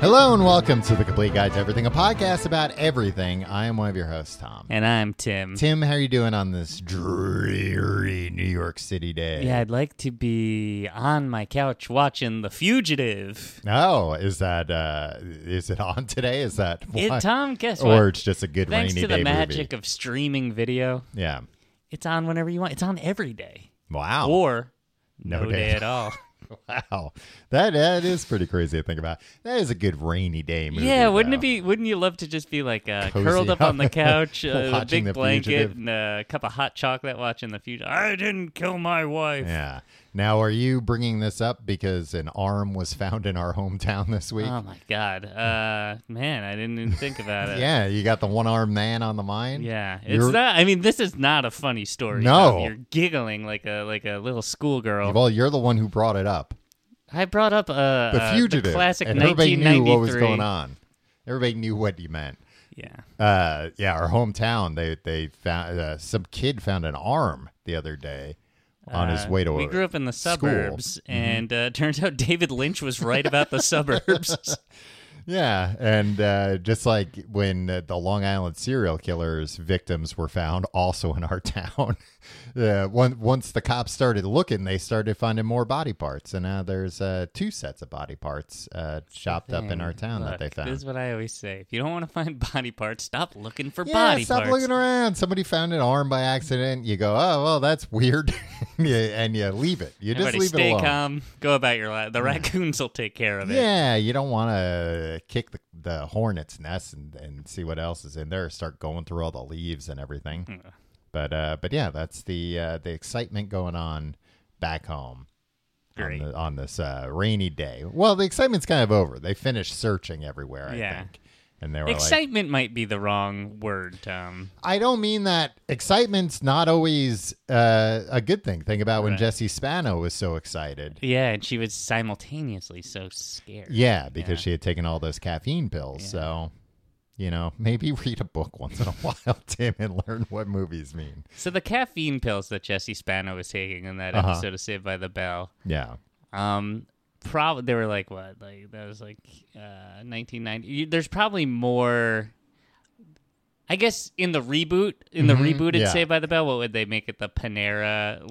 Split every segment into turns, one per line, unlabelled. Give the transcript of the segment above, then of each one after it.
Hello and welcome to the Complete Guide to Everything, a podcast about everything. I am one of your hosts, Tom.
And I'm Tim.
Tim, how are you doing on this dreary New York City day?
Yeah, I'd like to be on my couch watching The Fugitive.
Oh, is that uh is it on today? Is that
It-
why?
Tom, guess what?
or it's just a good
Thanks
rainy
to the
day
magic
movie?
of streaming video,
yeah.
it's on whenever you want. It's on every day.
Wow.
Or
Oh. No
no,
day
day,
at
at all.
wow. That that is pretty crazy to think about. That is a good rainy day movie.
yeah, wouldn't
though.
it be wouldn't you love to just be like uh,
Cozy
curled up on the
up.
couch, uh, a
Watching
big
The
blanket
Fugitive.
and a cup of hot chocolate watching The Fugitive. I didn't kill my wife.
Yeah. Now, are you bringing this up because an arm was found in our hometown this week?
Oh my god. Uh man, I didn't even think about it.
yeah, you got the one-armed man on the mind.
Yeah, it's
You're-
not. I mean, this is not a funny story.
No.
Tom. you're giggling like a like a little schoolgirl.
Well, you're the one who brought it up.
I brought up uh,
the
uh,
fugitive.
classic
and everybody knew what was
1993.
going on. Everybody knew what you meant.
Yeah,
Uh, yeah, our hometown. They they found uh, some kid found an arm the other day on his
Uh,
way to.
We grew up in the
school. Mm-hmm.
suburbs, and uh, turns out David Lynch was right about the suburbs.
Yeah, and uh, just like when uh, the Long Island serial killers' victims were found, also in our town. uh, one, once the cops started looking, they started finding more body parts, and now there's uh, two sets of body parts uh, chopped up in our town that they
Look, This is
found.
what I always say: if you don't want to find body parts, stop looking for
Yeah,
body
stop
parts.
looking around. Somebody found an arm by accident. You go, oh well, that's weird, you, and you leave it. You
Everybody
just leave
stay
it alone.
calm. Go about your life. The raccoons will take care of it.
Yeah, you don't want to kick the, the hornet's nest and, and see what else is in there. Start going through all the leaves and everything. But uh, but yeah, that's the uh, the excitement going on back home.
Great.
On, the, on this uh, rainy day. Well, the excitement's kind of over. They finished searching everywhere. I
Yeah.
think, and they were like,
Excitement might be the wrong word, Tom.
I don't mean that excitement's not always uh, a good thing. Think about when
Right.
Jesse Spano was so excited.
Yeah, and she was simultaneously so scared.
Yeah, because
Yeah.
she had taken all those caffeine pills. So, you know, maybe read a book once in a while, Tim, and learn what movies mean.
So the caffeine pills that Jesse Spano was taking in
Uh-huh.
that episode of Saved by the Bell,
Yeah.
um, probably they were like what, like that was like uh, 1990. You- There's probably more. I guess in the reboot, in the rebooted
Mm-hmm. yeah.
Saved by the Bell, what would they make it? The Panera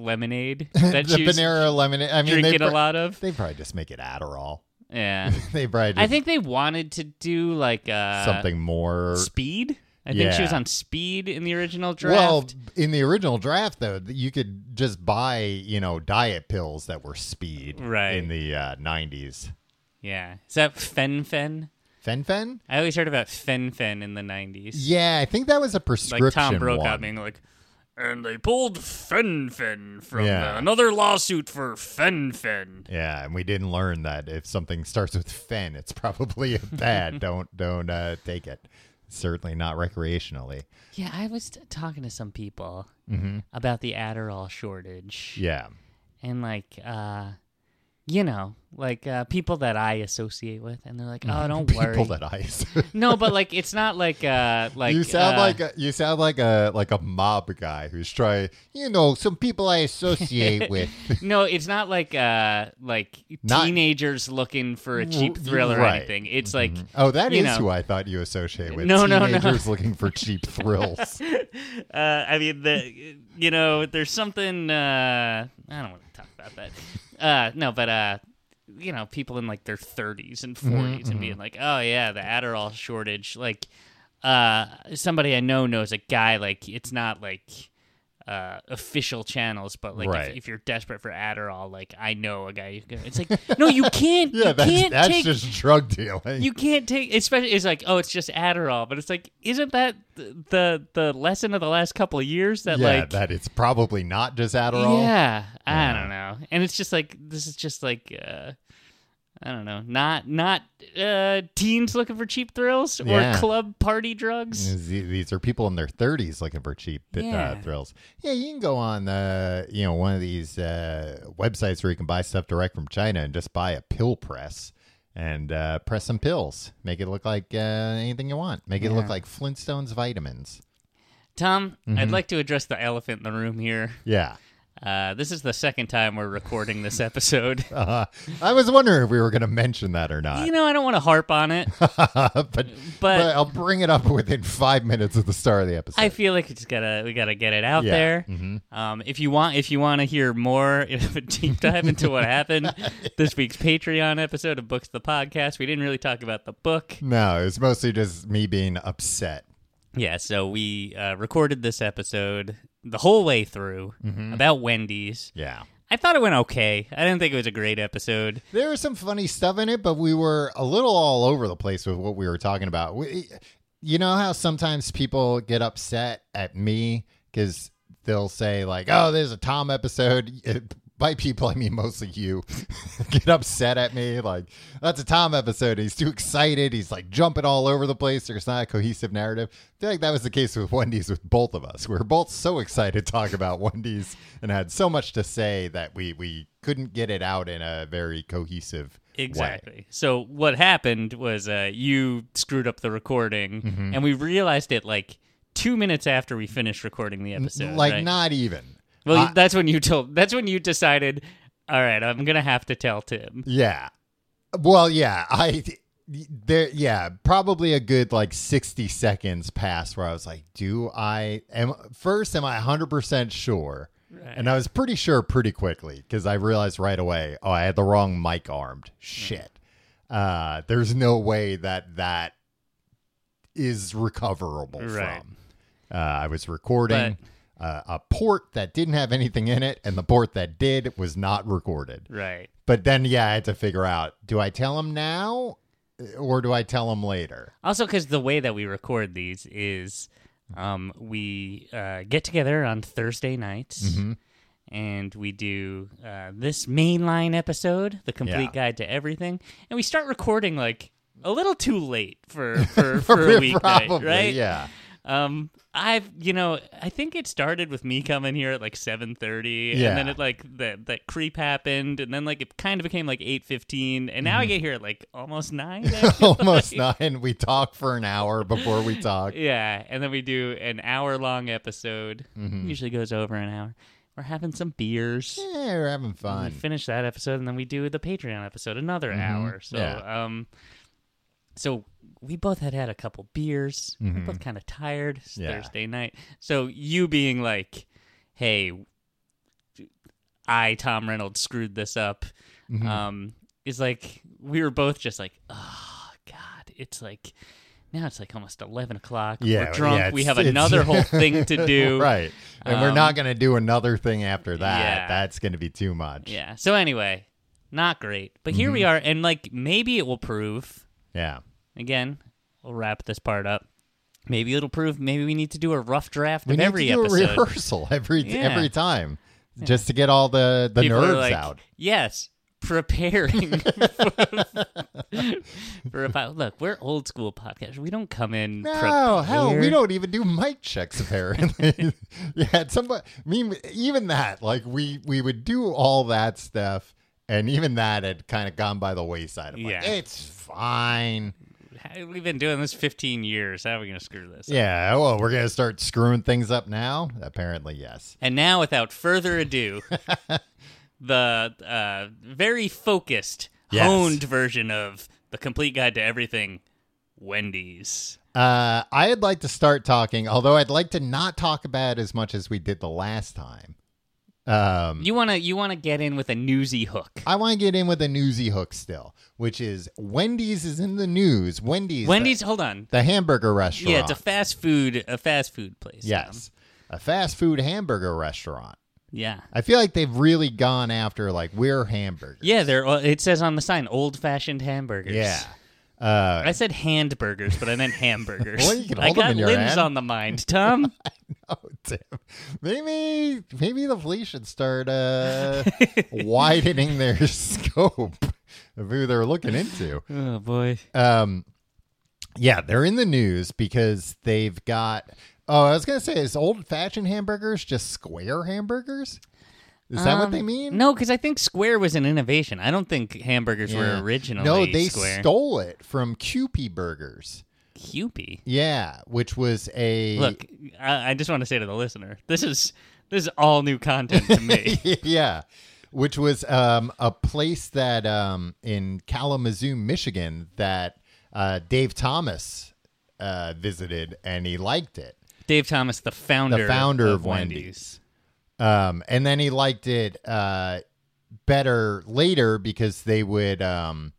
lemonade that
the
she was
Panera lemonade. I mean, they,
drinking
pro-
a lot of.
they probably just make it Adderall.
Yeah,
They probably just
I think they wanted to do like uh,
something more.
speed. I think she was
Yeah.
on speed in the original draft.
Well, in the original draft, though, th- you could just buy, you know, diet pills that were speed
Right.
in the uh, 90s.
yeah, is that Fen Fen?
Fen Fen?
I always heard about Fen Fen in the 90s.
Yeah, I think that was a prescription
like Tom Brokaw
one.
being like, and they pulled Fen Fen from
Yeah.
uh, another lawsuit for Fen Fen.
Yeah, and we didn't learn that if something starts with fen, it's probably a bad. don't don't uh, take it. Certainly not recreationally.
Yeah, I was t- talking to some people about the Adderall shortage.
Mm-hmm. Yeah,
And like, uh, you know, like uh, people that I associate with, and they're like, "Oh, don't worry."
people that ice.
no, but like, it's not like uh, like
you sound
uh,
like a, you sound like a like a mob guy who's trying. You know, some people I associate with.
No, it's not like uh like
Not-
teenagers looking for a cheap
W-
thrill or
right.
anything. It's like
Oh, that is
You know.
who I thought you associate with.
No, no, no.
Teenagers looking for cheap thrills.
uh I mean the you know, there's something uh I don't want to talk about that. Uh no, but uh you know, people in like their 30s and 40s
Mm-hmm,
and being like, "Oh yeah, the Adderall shortage." Like uh somebody I know knows a guy like it's not like uh, official channels, but like
Right.
if, if you're desperate for Adderall, like I know a guy. Who can, it's like no, you can't.
Yeah,
you
that's
can't
that's
take,
just drug dealing.
you can't take. Especially it's like oh, it's just Adderall, but it's like isn't that th- the the lesson of the last couple of years that
yeah,
like
that it's probably not just Adderall.
yeah, I
Yeah.
don't know. And it's just like this is just like uh I don't know, not not uh teens looking for cheap thrills or
Yeah. Mm.
club party drugs.
These- These are people in their 30s looking for cheap uh,
Yeah.
thrills. Yeah, you can go on uh, you know one of these uh, websites where you can buy stuff direct from China and just buy a pill press and uh, press some pills, make it look like uh, anything you want, make it look like Flintstones vitamins.
Tom,
Mm-hmm.
I'd like to address the elephant in the room here.
Yeah,
Uh this is the second time we're recording this episode.
uh, I was wondering if we were going to mention that or not,
you know, I don't want to harp on it,
but, but
but
I'll bring it up within five minutes of the start of the episode.
I feel like we just gotta we gotta get it out
Yeah. Mm-hmm.
there. Um, if you want if you want to hear more of a deep dive into what happened, this week's Patreon episode of Books the Podcast. We didn't really talk about the book.
no, it's mostly just me being upset.
Yeah, so we uh, recorded this episode the whole way through about Wendy's.
Mm-hmm. Yeah.
I thought it went okay. I didn't think it was a great episode.
There was some funny stuff in it, but we were a little all over the place with what we were talking about. We, you know how sometimes people get upset at me because they'll say like, "Oh, there's a Tom episode." It- by people, I mean mostly you get upset at me like that's a Tom episode. He's too excited. He's like jumping all over the place. There's not a cohesive narrative. I feel like that was the case with Wendy's with both of us. We were both so excited to talk about Wendy's and had so much to say that we we couldn't get it out in a very cohesive way.
Exactly. So what happened was uh, you screwed up the recording,
Mm-hmm.
and we realized it like two minutes after we finished recording the episode.
like
right?
not even.
Well,
I-
that's when you told. That's when you decided. All right, I'm gonna have to tell Tim.
Yeah. Well, yeah, I there yeah, probably a good like 60 seconds passed where I was like, do I am first am I 100% sure? And I was pretty sure pretty quickly cuz I realized right away, oh, I had the wrong mic armed. Shit. Uh there's no way that that is recoverable
Right.
from. Uh, I was recording uh, a port that didn't have anything in it, and the port that did was not recorded.
Right.
But then, yeah, I had to figure out do I tell him now or do I tell him later?
Also, because the way that we record these is um, we uh, get together on Thursday nights and we do uh, this mainline episode, The Complete
Yeah.
Guide to Everything. And we start recording like a little too late for, for, for, a weeknight,
Probably,
right?
Yeah.
Um, I've you know I think it started with me coming here at like seven thirty,
Yeah.
and then it like that that creep happened, and then like it kind of became like eight fifteen, and now I get here at like almost nine. I feel
Almost
like.
nine. We talk for an hour before we talk. Eh,
Yeah, and then we do an hour long episode. Usually goes over an hour. We're having some beers.
Yeah, we're having
We
fun. Mm-hmm.
finish that episode, and then we do the Patreon episode, another hour. So,
yeah.
um, so we both had had a couple beers. We're both kind of tired. It's
Mm-hmm. Yeah.
Thursday night. So you being like, "Hey, I Tom Reynolds screwed this up,"
Mm-hmm.
um, is like we were both just like, "Oh God, it's like." Now it's like almost eleven o'clock.
Yeah,
we're drunk.
yeah,
we
it's-
have
it's-
another whole thing to do.
Right. And we're
Um,
not going to do another thing after that.
yeah.
That's going to be too much. Mm-hmm.
Yeah. So anyway, not great. But here we are, and like maybe it will prove.
Yeah.
Again, we'll wrap this part up. Maybe it'll prove. Maybe we need to do a rough draft
We
of
need
every
to do a
episode.
rehearsal every
Yeah.
every time just to get all the, the
People are
nerves
like,
out.
Yes, preparing for a po- look. We're old school podcast. We don't come in.
No,
prepared.
hell, we don't even do mic checks apparently. yeah, somebody. I mean, even that, like we we would do all that stuff, and even that had kind of gone by the wayside. I'm like,
Yeah.
it's fine.
How- We've been doing this 15 years. How are we going to screw this? up?
Yeah, well, we're gonna start screwing things up now. Apparently, yes.
And now, without further ado, the uh, very focused,
Yes.
honed version of the complete guide to everything, Wendy's.
Uh, I'd like to start talking, although I'd like to not talk about it as much as we did the last time. Um,
You wanna you wanna get in with a newsy hook.
I want to get in with a newsy hook still, which is Wendy's is in the news. Wendy's, uh,
Wendy's, hold on.
the hamburger restaurant.
Yeah, it's a fast food a fast food place.
Yes. a fast food hamburger restaurant.
Yeah.
I feel like they've really gone after like we're hamburgers.
Yeah, they're. well, It says on the sign, old-fashioned hamburgers.
Yeah. Uh,
I said handburgers, but I meant hamburgers.
Well, you can
I
hold 'em
got
in your
limbs
hand.
on the mind, Tom.
oh, damn. Maybe maybe the police should start uh, widening their scope of who they're looking into.
oh boy.
Um, yeah, they're in the news because they've got. Oh, I was gonna say, is old fashioned hamburgers just square hamburgers? Is that what they mean?
Um, No, because I think square was an innovation. I don't think hamburgers
Yeah.
were originally
No, they
square.
stole it from QP Burgers.
Cupie.
Yeah, which was a
Look, I, I just want to say to the listener, this is this is all new content to me.
yeah, which was um, a place that um, in Kalamazoo, Michigan, that uh, Dave Thomas uh, visited, and he liked it.
Dave Thomas, the founder,
The founder
of,
of Wendy's. Um, and then he liked it uh, better later because they would, um,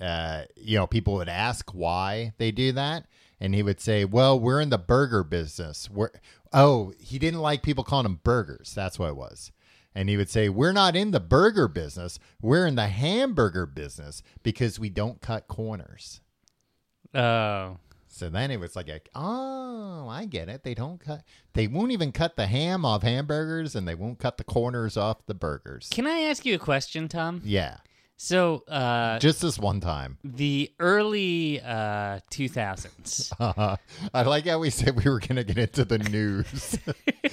uh, you know, people would ask why they do that. And he would say, well, we're in the burger business. We're, oh, he didn't like people calling them burgers. That's what it was. And he would say, we're not in the burger business. We're in the hamburger business because we don't cut corners.
Oh,
So then it was like, a, oh, I get it. They don't cut. They won't even cut the ham off hamburgers, and they won't cut the corners off the burgers.
can I ask you a question, Tom?
Yeah,
So, uh,
just this one time.
the early uh, 2000s.
Uh, I like how we said we were going to get into the news,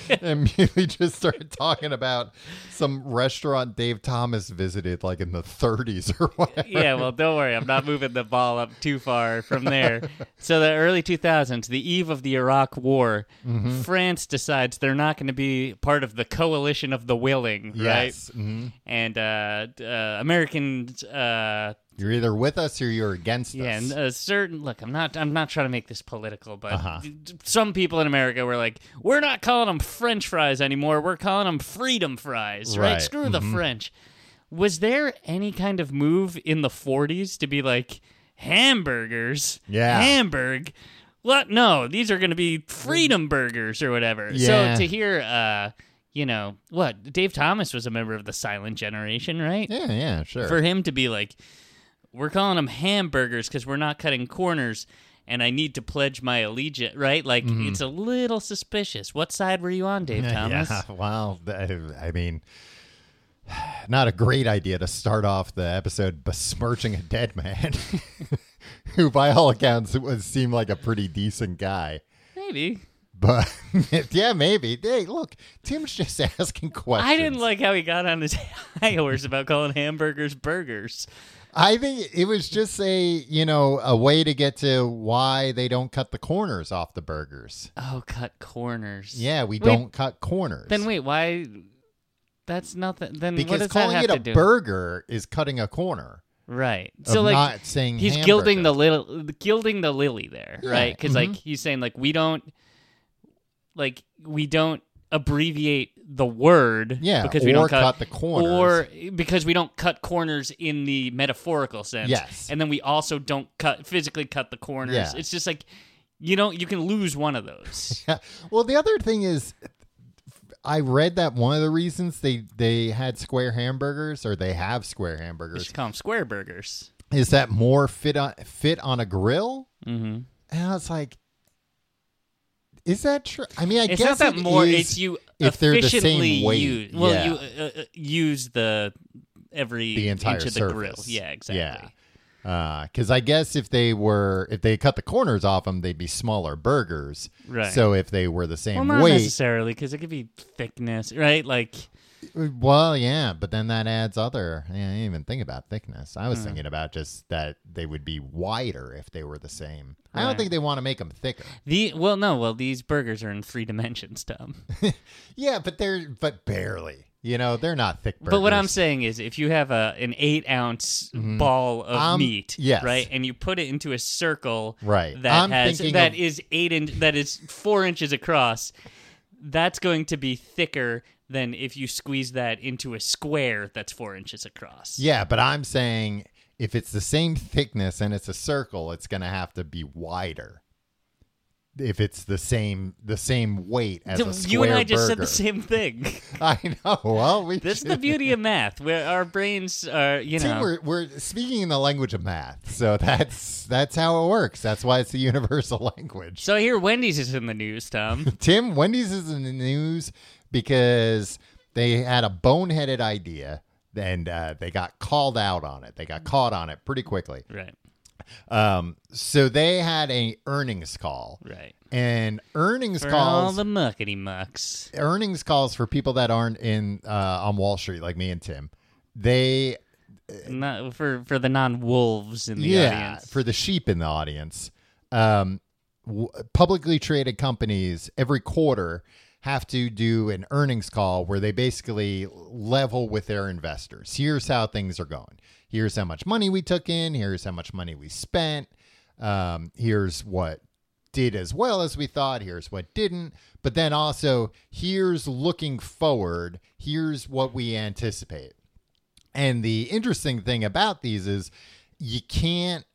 and immediately just started talking about some restaurant Dave Thomas visited, like in the 30s or whatever.
yeah, well, don't worry. I'm not moving the ball up too far from there. So, the early 2000s, the eve of the Iraq War, France decides they're not going to be part of the coalition of the willing,
Yes, mhm.
right? And uh, d- uh, Americans, uh,
you're either with us or you're against
yeah,
us.
and uh, a certain look. I'm not. I'm not trying to make this political, but
Uh-huh.
d- d- some people in America were like, "We're not calling them French fries anymore. We're calling them freedom fries, right?
Right, Mm-hmm.
Screw the French." Was there any kind of move in the 40s to be like hamburgers?
Yeah.
hamburg. What? No, these are going to be freedom burgers or whatever.
Yeah.
So to hear, uh, you know, what Dave Thomas was a member of the Silent Generation, right?
yeah, yeah, sure.
for him to be like, we're calling them hamburgers because we're not cutting corners, and I need to pledge my allegiance, right? Like, it's a little suspicious. What side were you on, Dave Thomas?
Mm-hmm. Yeah, well, th- I mean, not a great idea to start off the episode besmirching a dead man, who, by all accounts, was seemed like a pretty decent guy.
Maybe.
But yeah, maybe. Hey, look, Tim's just asking questions.
I didn't like how he got on his high horse about calling hamburgers burgers.
I think it was just a you know a way to get to why they don't cut the corners off the burgers.
Oh, cut corners.
Yeah, we
Wait,
don't cut corners.
Then wait, why? That's nothing. Then what
because
does that
calling
have
it a
to do?
burger is cutting a corner.
Right.
of
So like
not saying
he's gilding the little gilding the lily there,
Yeah,
right? because
mhm.
like he's saying like we don't like we don't abbreviate the word
Yeah,
because we
or
don't cut,
cut the corners.
or because we don't cut corners in the metaphorical sense.
Yes.
And then we also don't cut physically cut the corners.
Yeah.
It's just like you know you can lose one of those.
Yeah. Well, the other thing is, I read that one of the reasons they they had square hamburgers or they have square
we
hamburgers
should call them square burgers.
is that more fit on fit on a grill.
Mm-hmm.
And I was like, is that true? I mean, I
it's
guess
not that
it
more.
is-
it's you
if they're the same
efficiently
weight.
use. Well,
Yeah.
you uh, uh, use the every
The entire
inch of the grill.
surface.
Yeah, exactly.
Yeah. Because I guess if they were, if they cut the corners off them, they'd be smaller burgers.
Right.
So if they were the
Well,
same
not
weight,
necessarily because it could be thickness, right? Like,
well, yeah. But then that adds other. Yeah, I didn't even think about thickness. I was
Hmm.
thinking about just that they would be wider if they were the same. I don't
Right.
think they want to make them thicker.
the well, no, well, these burgers are in three dimensions, Tom.
Yeah, but they're but barely. You know, they're not thick. Burgers.
But what I'm saying is, if you have a an eight ounce ball of
Um,
meat,
yes.
right, and you put it into a circle,
Right.
that
I'm
has
thinking
that
of-
is eight inch, that is four inches across, that's going to be thicker than if you squeeze that into a square that's four inches across.
Yeah, but I'm saying if it's the same thickness and it's a circle, it's going to have to be wider. if it's the same the same weight as a square
you and I just said
burger.
the same thing.
I know. Well, we
That's
should-
the beauty of math, where our brains are, you
See,
know.
we're, we're speaking in the language of math, so that's that's how it works. That's why it's the universal language.
So I hear Wendy's is in the news, Tom.
Tim, Wendy's is in the news because they had a boneheaded idea, and uh, they got called out on it. They got caught on it pretty quickly.
right,
Um, so they had a earnings call,
right.
and earnings
For all
calls
the muckety mucks.
earnings calls for people that aren't in uh, on Wall Street like me and Tim. They
Not for for the non wolves in the
yeah,
audience.
for the sheep in the audience. Um, w- publicly traded companies every quarter have to do an earnings call where they basically level with their investors. Here's how things are going. Here's how much money we took in. Here's how much money we spent. Um, here's what did as well as we thought. Here's what didn't. But then also, here's looking forward. Here's what we anticipate. And the interesting thing about these is you can't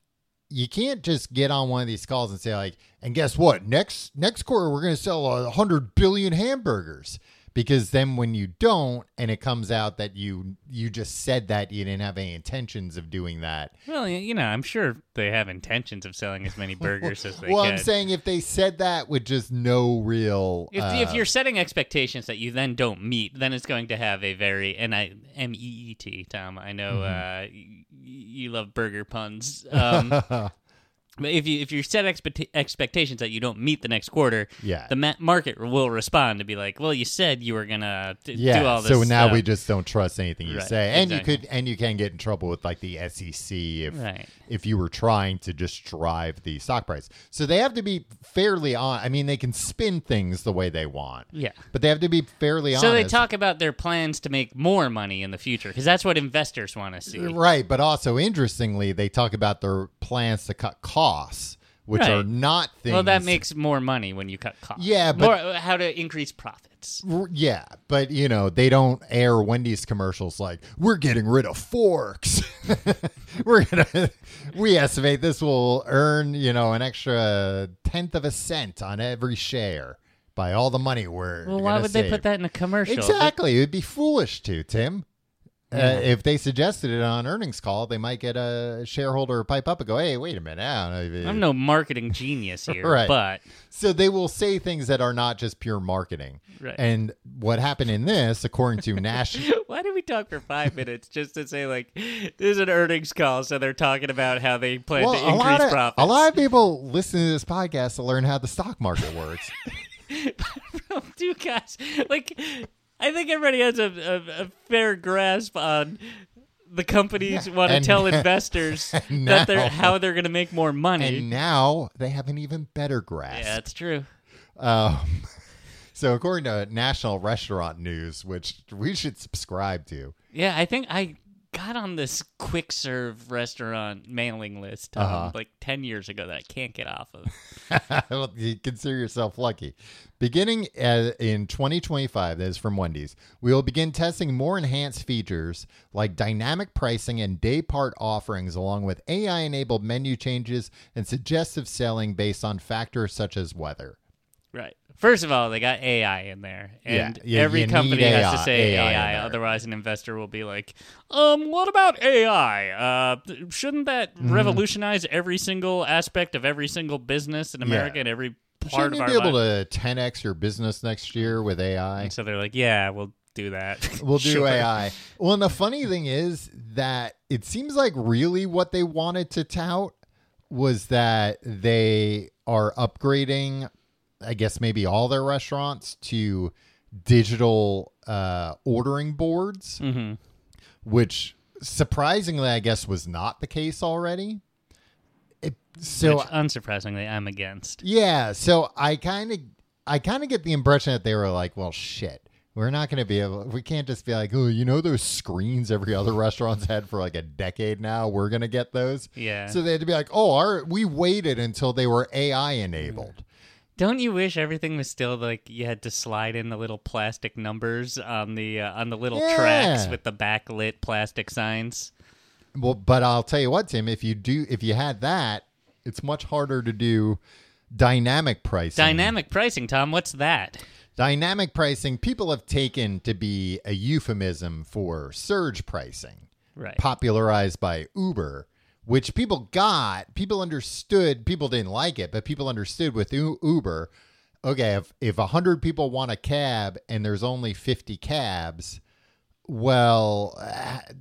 you can't just get on one of these calls and say like, and guess what? Next next quarter we're going to sell a hundred billion hamburgers because then when you don't, and it comes out that you you just said that you didn't have any intentions of doing that.
Well, y- you know, I'm sure they have intentions of selling as many burgers as they
well,
can.
I'm saying if they said that with just no real,
if,
uh,
if you're setting expectations that you then don't meet, then it's going to have a very and I M E E T Tom. I
Mm-hmm.
know uh, y- you love burger puns. Um, but if you if you set expect- expectations that you don't meet the next quarter,
Yeah.
the ma- market will respond to be like, well, you said you were gonna d-
yeah,
do all this.
so now
stuff."
we just don't trust anything you
Right,
say, and
exactly.
you could and you can get in trouble with like the SEC if
right.
if you were trying to just drive the stock price. So they have to be fairly on. I mean, they can spin things the way they want.
Yeah.
But they have to be fairly
So they
honest.
talk about their plans to make more money in the future because that's what investors want to see.
Right. But also, interestingly, they talk about their plans to cut costs, which
Right.
are not things.
Well, that makes more money when you cut costs.
Yeah, but-
more, uh, how to increase profits.
R- Yeah, but you know they don't air Wendy's commercials like we're getting rid of forks. we're gonna we estimate this will earn you know an extra tenth of a cent on every share by all the money we're.
Well, why
gonna
would they
save.
put that in a commercial?
Exactly, it'd be foolish to Tim. Uh, if they suggested it on earnings call, they might get a shareholder pipe up and go, "Hey, wait a minute, I don't know if it-
I'm no marketing genius here,
Right.
but
so they will say things that are not just pure marketing.
Right.
And what happened in this, according to Nash,
why did we talk for five minutes just to say like this is an earnings call? So they're talking about how they plan to
a
increase
lot of,
profits.
A lot of people listen to this podcast to learn how the stock market works.
Dude, guys, like I think everybody has a, a, a fair grasp on the companies
Yeah.
want to
And-
tell investors that they're
now-
how they're going to make more money.
and now they have an even better grasp.
yeah, that's true.
Um, so, according to National Restaurant News, which we should subscribe to,
Yeah, I think I got on this quick serve restaurant mailing list um,
Uh-huh.
like 10 years ago that I can't get off of.
Well, you consider yourself lucky. Beginning uh, in 2025, that is from Wendy's, we will begin testing more enhanced features like dynamic pricing and day part offerings, along with AI enabled menu changes and suggestive selling based on factors such as weather.
Right. First of all, they got AI in there,
Yeah,
and
yeah,
every
you
company
need
has
AI
to say
in
AI,
there.
otherwise an investor will be like, "Um, what about AI? Uh, th- shouldn't that
Mm-hmm.
revolutionize every single aspect of every single business in America and every part
Shouldn't
of
you
our
be able
life?"
to 10x your business next year with AI?
And so they're like, "Yeah, we'll do that.
We'll do
Sure.
AI. Well, and the funny thing is that it seems like really what they wanted to tout was that they are upgrading, I guess, maybe all their restaurants to digital uh, ordering boards,
Mm-hmm.
which surprisingly, I guess, was not the case already. It, so
Which, unsurprisingly, I'm against.
yeah, so I kind of I kind of get the impression that they were like, well, shit. We're not going to be able we can't just be like, "Oh, you know those screens every other restaurant's had for like a decade now. We're going to get those."
Yeah.
So they had to be like, "Oh, our we waited until they were AI enabled."
Don't you wish everything was still like you had to slide in the little plastic numbers on the uh, on the little
Yeah.
tracks with the backlit plastic signs?
Well, but I'll tell you what, Tim, if you do if you had that, it's much harder to do Dynamic pricing.
Dynamic pricing, Tom. What's that?
Dynamic pricing, people have taken to be a euphemism for surge pricing,
Right.
popularized by Uber, which people got, people understood, people didn't like it, but people understood with U- Uber, okay, if, if 100 people want a cab and there's only 50 cabs, well, h-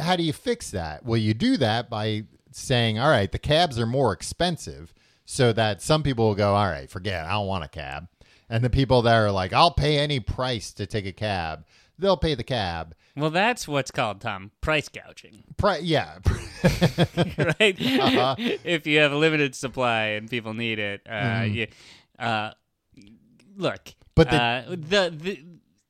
how do you fix that? Well, you do that by saying, all right, the cabs are more expensive so that some people will go, all right, forget, it, I don't want a cab. And the people that are like, I'll pay any price to take a cab, they'll pay the cab.
Well, that's what's called, Tom, price gouging,
Pri- yeah.
right?
Uh-huh.
if you have a limited supply and people need it, uh, you, uh, look.
Mm-hmm. But the-
uh, the the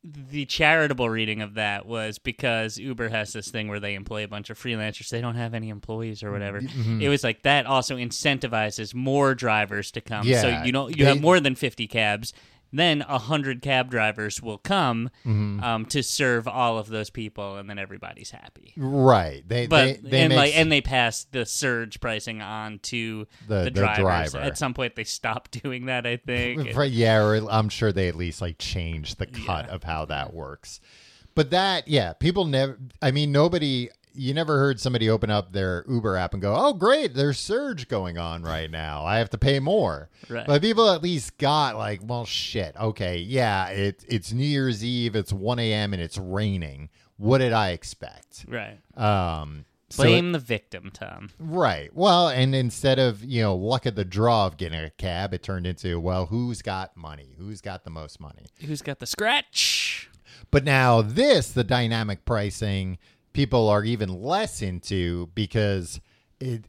the charitable reading of that was because Uber has this thing where they employ a bunch of freelancers. They don't have any employees or whatever.
Mm-hmm.
It was like that also incentivizes more drivers to come.
Yeah,
so you don't you
they-
have more than fifty cabs. Then a hundred cab drivers will come
Mm-hmm.
um, to serve all of those people, and then everybody's happy
right. They,
but
they, they
and
make
like and they passed the surge pricing on to
The-
the,
the
drivers.
driver.
At some point, they stopped doing that. I think.
Right, yeah, or I'm sure they at least like changed the cut of how that works. But that, yeah, people never. I mean, nobody. You never heard somebody open up their Uber app and go, "Oh, great, there's surge going on right now. I have to pay more."
Right.
But people at least got like, "Well, shit, okay, yeah, it, it's New Year's Eve, it's 1 a.m. and it's raining. What did I expect?"
right.
Um, so it-
Blame the victim, Tom.
Right. Well, and instead of, you know, luck of the draw of getting a cab, it turned into, well, who's got money? Who's got the most money?
Who's got the scratch?
But now this, the dynamic pricing, people are even less into because it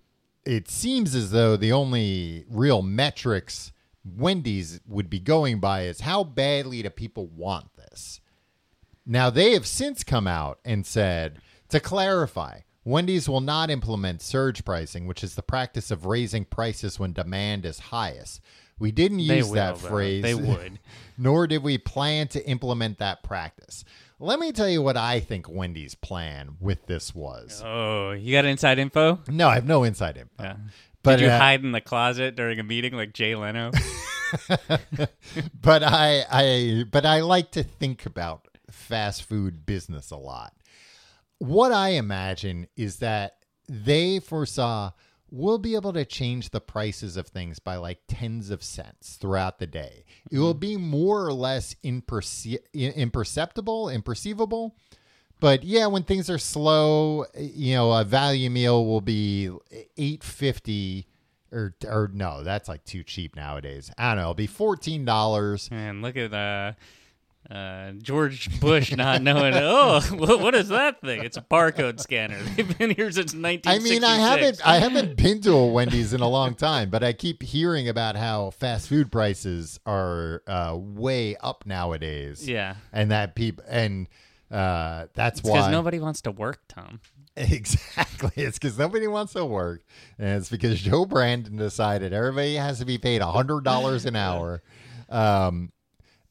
it seems as though the only real metrics Wendy's would be going by is how badly do people want this? Now they have since come out and said to clarify, Wendy's will not implement surge pricing, which is the practice of raising prices when demand is highest. We didn't
they
use
will,
that
though.
phrase
They would.
nor did we plan to implement that practice. Let me tell you what I think Wendy's plan with this was.
Oh, you got inside info?
No, I have no inside info.
Yeah.
But
Did you
uh,
hide in the closet during a meeting like Jay Leno?
but I I but I like to think about fast food business a lot. What I imagine is that they foresaw we'll be able to change the prices of things by like tens of cents throughout the day. It will be more or less imperce- imperceptible, imperceivable. But yeah, when things are slow, you know, a value meal will be eight fifty, or or no, that's like too cheap nowadays. I don't know, it'll be fourteen dollars.
Man, look at uh, uh, George Bush not knowing. oh, what what is that thing? It's a barcode scanner. They've been here since 1966.
I mean, I haven't I haven't been to a Wendy's in a long time, but I keep hearing about how fast food prices are uh, way up nowadays.
Yeah.
and that people and uh, that's
It's
why
because nobody wants to work, Tom.
Exactly. It's because nobody wants to work. And it's because Joe Brandon decided everybody has to be paid $100 an hour. Um,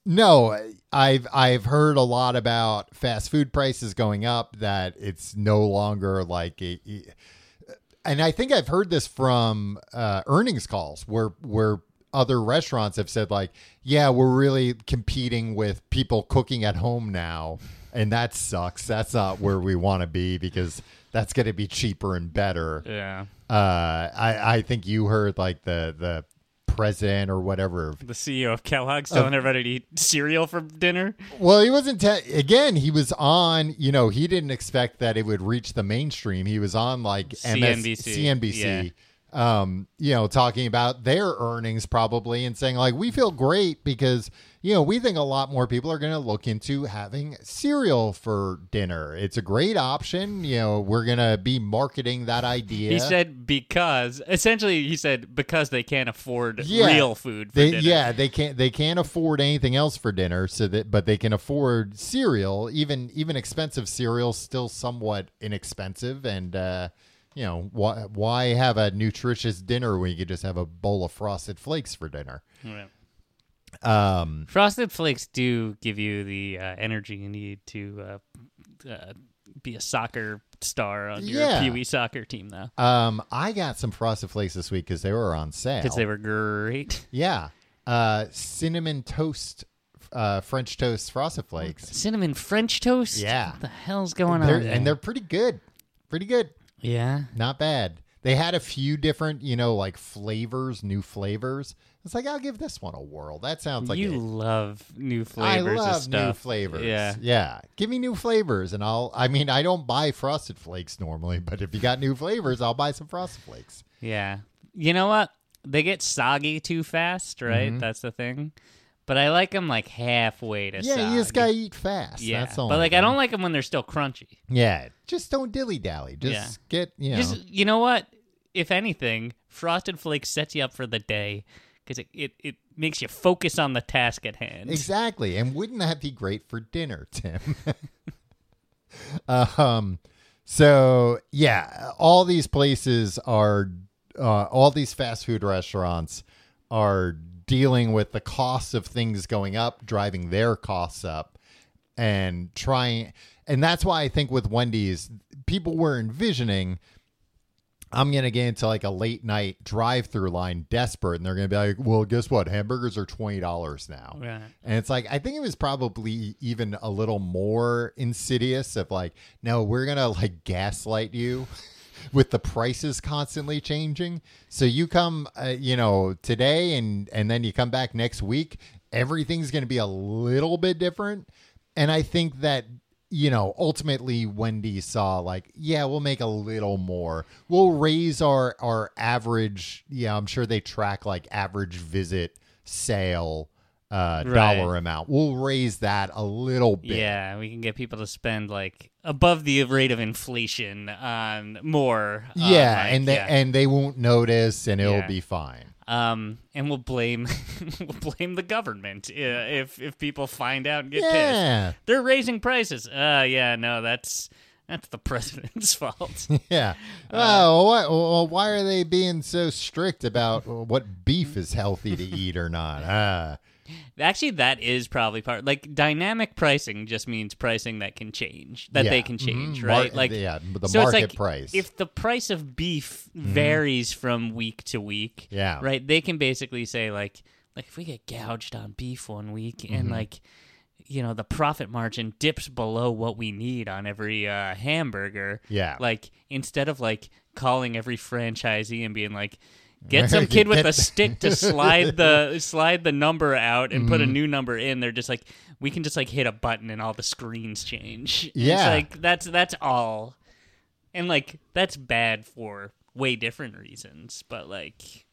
no, I've I've heard a lot about fast food prices going up that it's no longer like a, and I think I've heard this from uh, earnings calls where where other restaurants have said like, yeah, we're really competing with people cooking at home now, and that sucks. That's not where we want to be because that's going to be cheaper and better.
Yeah.
Uh, I I think you heard like the the president or whatever of
the CEO of Kellogg's telling everybody to eat cereal for dinner.
Well, he wasn't. Te- again, he was on. You know, he didn't expect that it would reach the mainstream. He was on like MS-
CNBC.
CNBC. Um, you know, talking about their earnings probably and saying like, we feel great because you know we think a lot more people are going to look into having cereal for dinner. It's a great option. You know, we're going to be marketing that idea.
He said because essentially he said because they can't afford
Yeah.
real food for
They,
dinner.
yeah, they can't they can't afford anything else for dinner, so that but they can afford cereal, even even expensive cereal, still somewhat inexpensive. And uh, you know why why have a nutritious dinner when you could just have a bowl of frosted flakes for dinner?
Right.
Um,
Frosted Flakes do give you the uh, energy you need to uh, uh, be a soccer star on your
Yeah.
Pee Wee soccer team though,
Um, I got some Frosted Flakes this week because they were on sale.
because they were great.
yeah, uh, cinnamon toast, uh, French toast Frosted Flakes.
Cinnamon French toast.
Yeah.
what the hell's going
They're,
on? there?
and they're pretty good, pretty good,
yeah.
not bad. They had a few different, you know, like flavors, new flavors. It's like I'll give this one a whirl. That sounds like
you
it.
love new
I
flavors. of
love new
stuff.
flavors.
Yeah.
yeah. Give me new flavors, and I'll. I mean, I don't buy Frosted Flakes normally, but if you got new flavors, I'll buy some Frosted Flakes.
Yeah. You know what? They get soggy too fast, right? That's the thing. But I like them like halfway to
Yeah, you just
soggy.
gotta eat fast.
uh, Yeah.
That's all.
But like I don't like them when they're still crunchy.
Yeah, just don't dilly dally. Just
Yeah.
get you know.
Just you know what? If anything, Frosted Flakes sets you up for the day cuz it, it it makes you focus on the task at hand.
Exactly. And wouldn't that be great for dinner, Tim? um so yeah, all these places are uh, all these fast food restaurants are dealing with the costs of things going up, driving their costs up and trying and that's why I think with Wendy's people were envisioning I'm gonna get into like a late night drive through line desperate and they're gonna be like, Well, guess what? Hamburgers are twenty dollars now.
Right.
And it's like I think it was probably e, even a little more insidious of like, no, we're gonna like gaslight you with the prices constantly changing. So you come, uh, you know, today and and then you come back next week, everything's gonna be a little bit different. And I think that you know ultimately wendy saw like yeah we'll make a little more we'll raise our our average yeah i'm sure they track like average visit sale uh
Right.
dollar amount we'll raise that a little bit
Yeah, we can get people to spend like above the rate of inflation on more. on,
yeah
Uh, like,
and they
yeah.
and they won't notice and it'll
Yeah.
be fine
Um, and we'll blame we'll blame the government uh, if if people find out and get
Yeah.
pissed. They're raising prices. Uh, yeah, no, that's that's the president's fault.
yeah
Uh,
oh why, well, why are they being so strict about what beef is healthy to eat or not ah
Actually, that is probably part. Like dynamic pricing just means pricing that can change, that
Yeah.
they can change,
Mhm. Mar-
right? like
yeah, the
so it's
market
like
price. Mm-hmm.
If the price of beef varies from week to week,
Yeah.
right? They can basically say like, like if we get gouged on beef one week
Mm-hmm.
and like. You know the profit margin dips below what we need on every uh, hamburger.
Yeah.
Like instead of like calling every franchisee and being like, get some kid with
Get-
a stick to slide the slide the number out and
Mm-hmm.
put a new number in. They're just like, we can just like hit a button and all the screens change. it's
Yeah.
like that's that's all, and like that's bad for way different reasons. But like,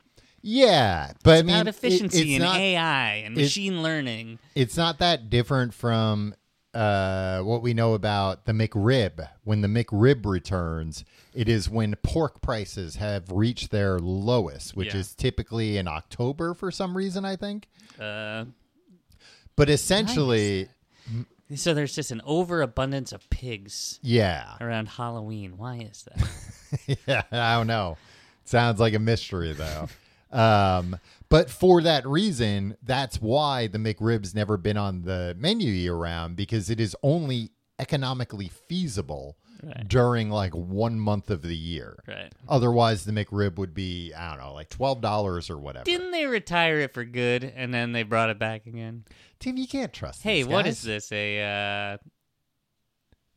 yeah but i mean
about
it-
efficiency
it's
and
not,
AI and machine learning.
it's not that different from uh, what we know about the McRib. When the McRib returns, it is when pork prices have reached their lowest, which
Yeah.
is typically in October for some reason, I think.
Uh,
But essentially,
so there's just an overabundance of pigs
yeah,
around Halloween. Why is that?
yeah, I don't know. Sounds like a mystery though. um, but for that reason, that's why the McRib's never been on the menu year round because it is only economically feasible during like one month of the year.
right.
Otherwise, the McRib would be I don't know, like twelve dollars or whatever.
Didn't they retire it for good and then they brought it back again?
Tim, you can't trust.
Hey,
these
what
guys.
is this? A uh,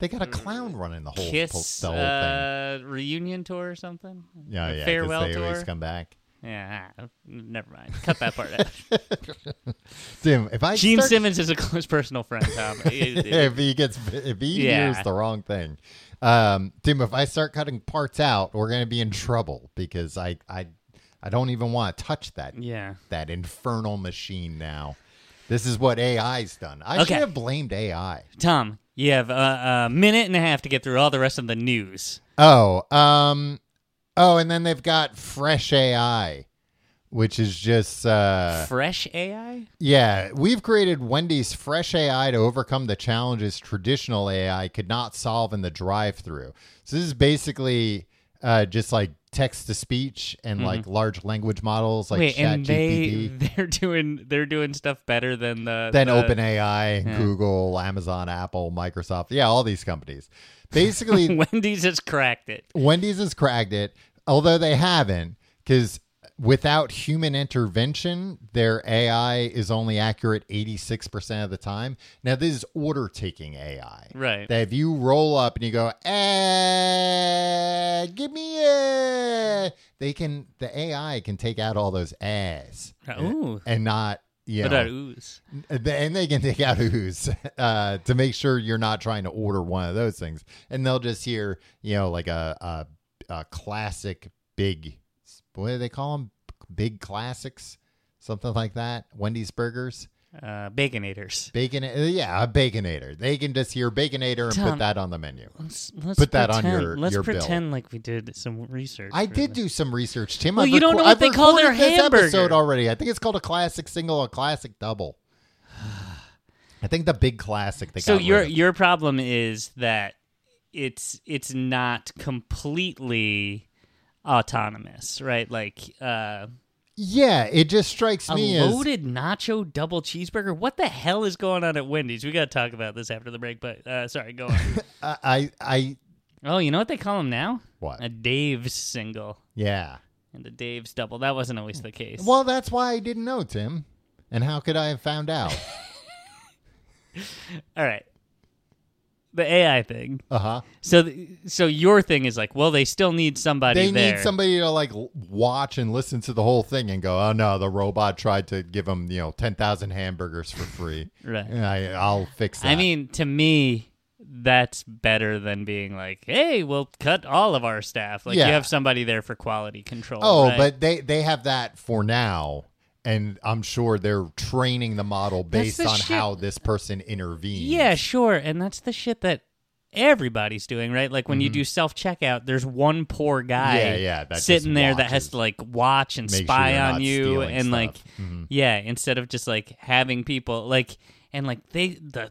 They got a clown running the whole
Kiss
the whole thing.
uh, reunion tour or something?
Yeah,
A
yeah. 'cause
farewell
they
tour.
always come back.
Yeah, ah, never mind. Cut that part out.
Tim, if I
Gene
start-
Simmons is a close personal friend, Tom. It- it-
if he gets if he
Yeah.
hears the wrong thing um tim if i start cutting parts out we're gonna be in trouble because i i i don't even want to touch that
yeah.
that infernal machine now this is what ai's done i
Okay.
should have blamed ai
Tom, you have a, a minute and a half to get through all the rest of the news.
oh um oh and then they've got fresh ai which is just uh
Fresh AI?
Yeah, we've created Wendy's fresh AI to overcome the challenges traditional AI could not solve in the drive-through. So this is basically uh, just like text to speech and like large language models like
Mm-hmm. Wait, and they
ChatGPT,
they're doing they're doing stuff better than the
then
the-
OpenAI, Google, Amazon, Apple, Microsoft, yeah, all these companies. Basically,
Wendy's has cracked it.
Wendy's has cracked it, although they haven't, because without human intervention, their AI is only accurate 86% of the time. Now, this is order taking AI.
Right.
That if you roll up and you go, eh, give me a, they can, the AI can take out all those ahs
Uh, Ooh. uh,
and not, you
What
know,
about ooze?
and they can take out ooze uh, to make sure you're not trying to order one of those things. And they'll just hear, you know, like a, a, a classic big, what do they call them? Big classics, something like that. Wendy's burgers,
Uh, baconators.
bacon, uh, yeah, a baconator. They can just hear baconator and put
Tom,
that on the menu.
Let's, let's
Put that on
pretend,
your-
Let's
your bill.
pretend like we did some research.
I
for
did
this.
do some research, Tim.
Well,
I've
you don't know
reco-
what
I've
they call their
recorded this episode
hamburger.
already. I think it's called a classic single, a classic double. I think the big classic. They
So
got rid
your
of.
your problem is that it's it's not completely autonomous, right? Like uh,
Yeah, it just strikes
a
me as
loaded nacho double cheeseburger. What the hell is going on at Wendy's? We got to talk about this after the break. But uh, sorry, go on.
I, I, I
oh, you know what they call them now?
What?
a Dave's single
yeah.
and a Dave's double. That wasn't always the case.
Well, that's why I didn't know, Tim. And how could I have found out?
all right. The AI thing.
Uh huh.
So, th- so your thing is like, well, they still need somebody.
They
there.
need somebody to like l- watch and listen to the whole thing and go, "Oh no, the robot tried to give him, you know, ten thousand hamburgers for free."
Right.
And I, I'll fix that.
I mean, to me, that's better than being like, "Hey, we'll cut all of our staff." Like
Yeah.
you have somebody there for quality control.
oh,
right?
but they they have that for now. And I'm sure they're training the model
That's
based
the
on
shit-
how this person intervenes.
yeah, sure, and that's the shit that everybody's doing, right? Like when you do self checkout, there's one poor guy,
Mm-hmm. Yeah, yeah, that just
sitting there that has
watches.
to like watch and
Make sure
spy
you're
on
not
you,
stealing
and
stuff. Mm-hmm.
like, yeah, instead of just like having people like. And like they, the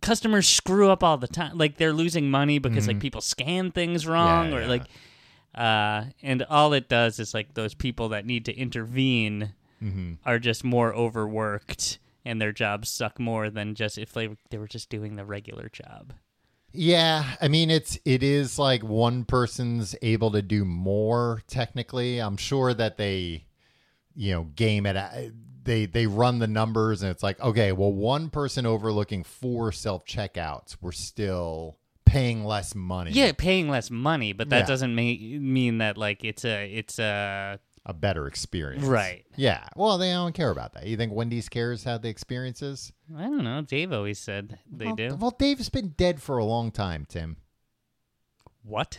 customers screw up all the time. Like they're losing money because like people scan things wrong,
Mm-hmm.
or
yeah.
like uh, and all it does is like those people that need to intervene
Mm-hmm.
are just more overworked and their jobs suck more than just if they, they were just doing the regular job
Yeah, I mean it's it is like one person's able to do more technically. I'm sure that they you know game it out- they they run the numbers and it's like okay, well one person overlooking four self-checkouts, we're still paying less money.
yeah paying less money but that
Yeah.
doesn't ma- mean that like it's a it's a
A better experience.
Right.
Yeah. Well, they don't care about that. You think Wendy's cares how the experience is?
i don't know dave always said they
well,
do
Well, Dave's been dead for a long time, Tim.
what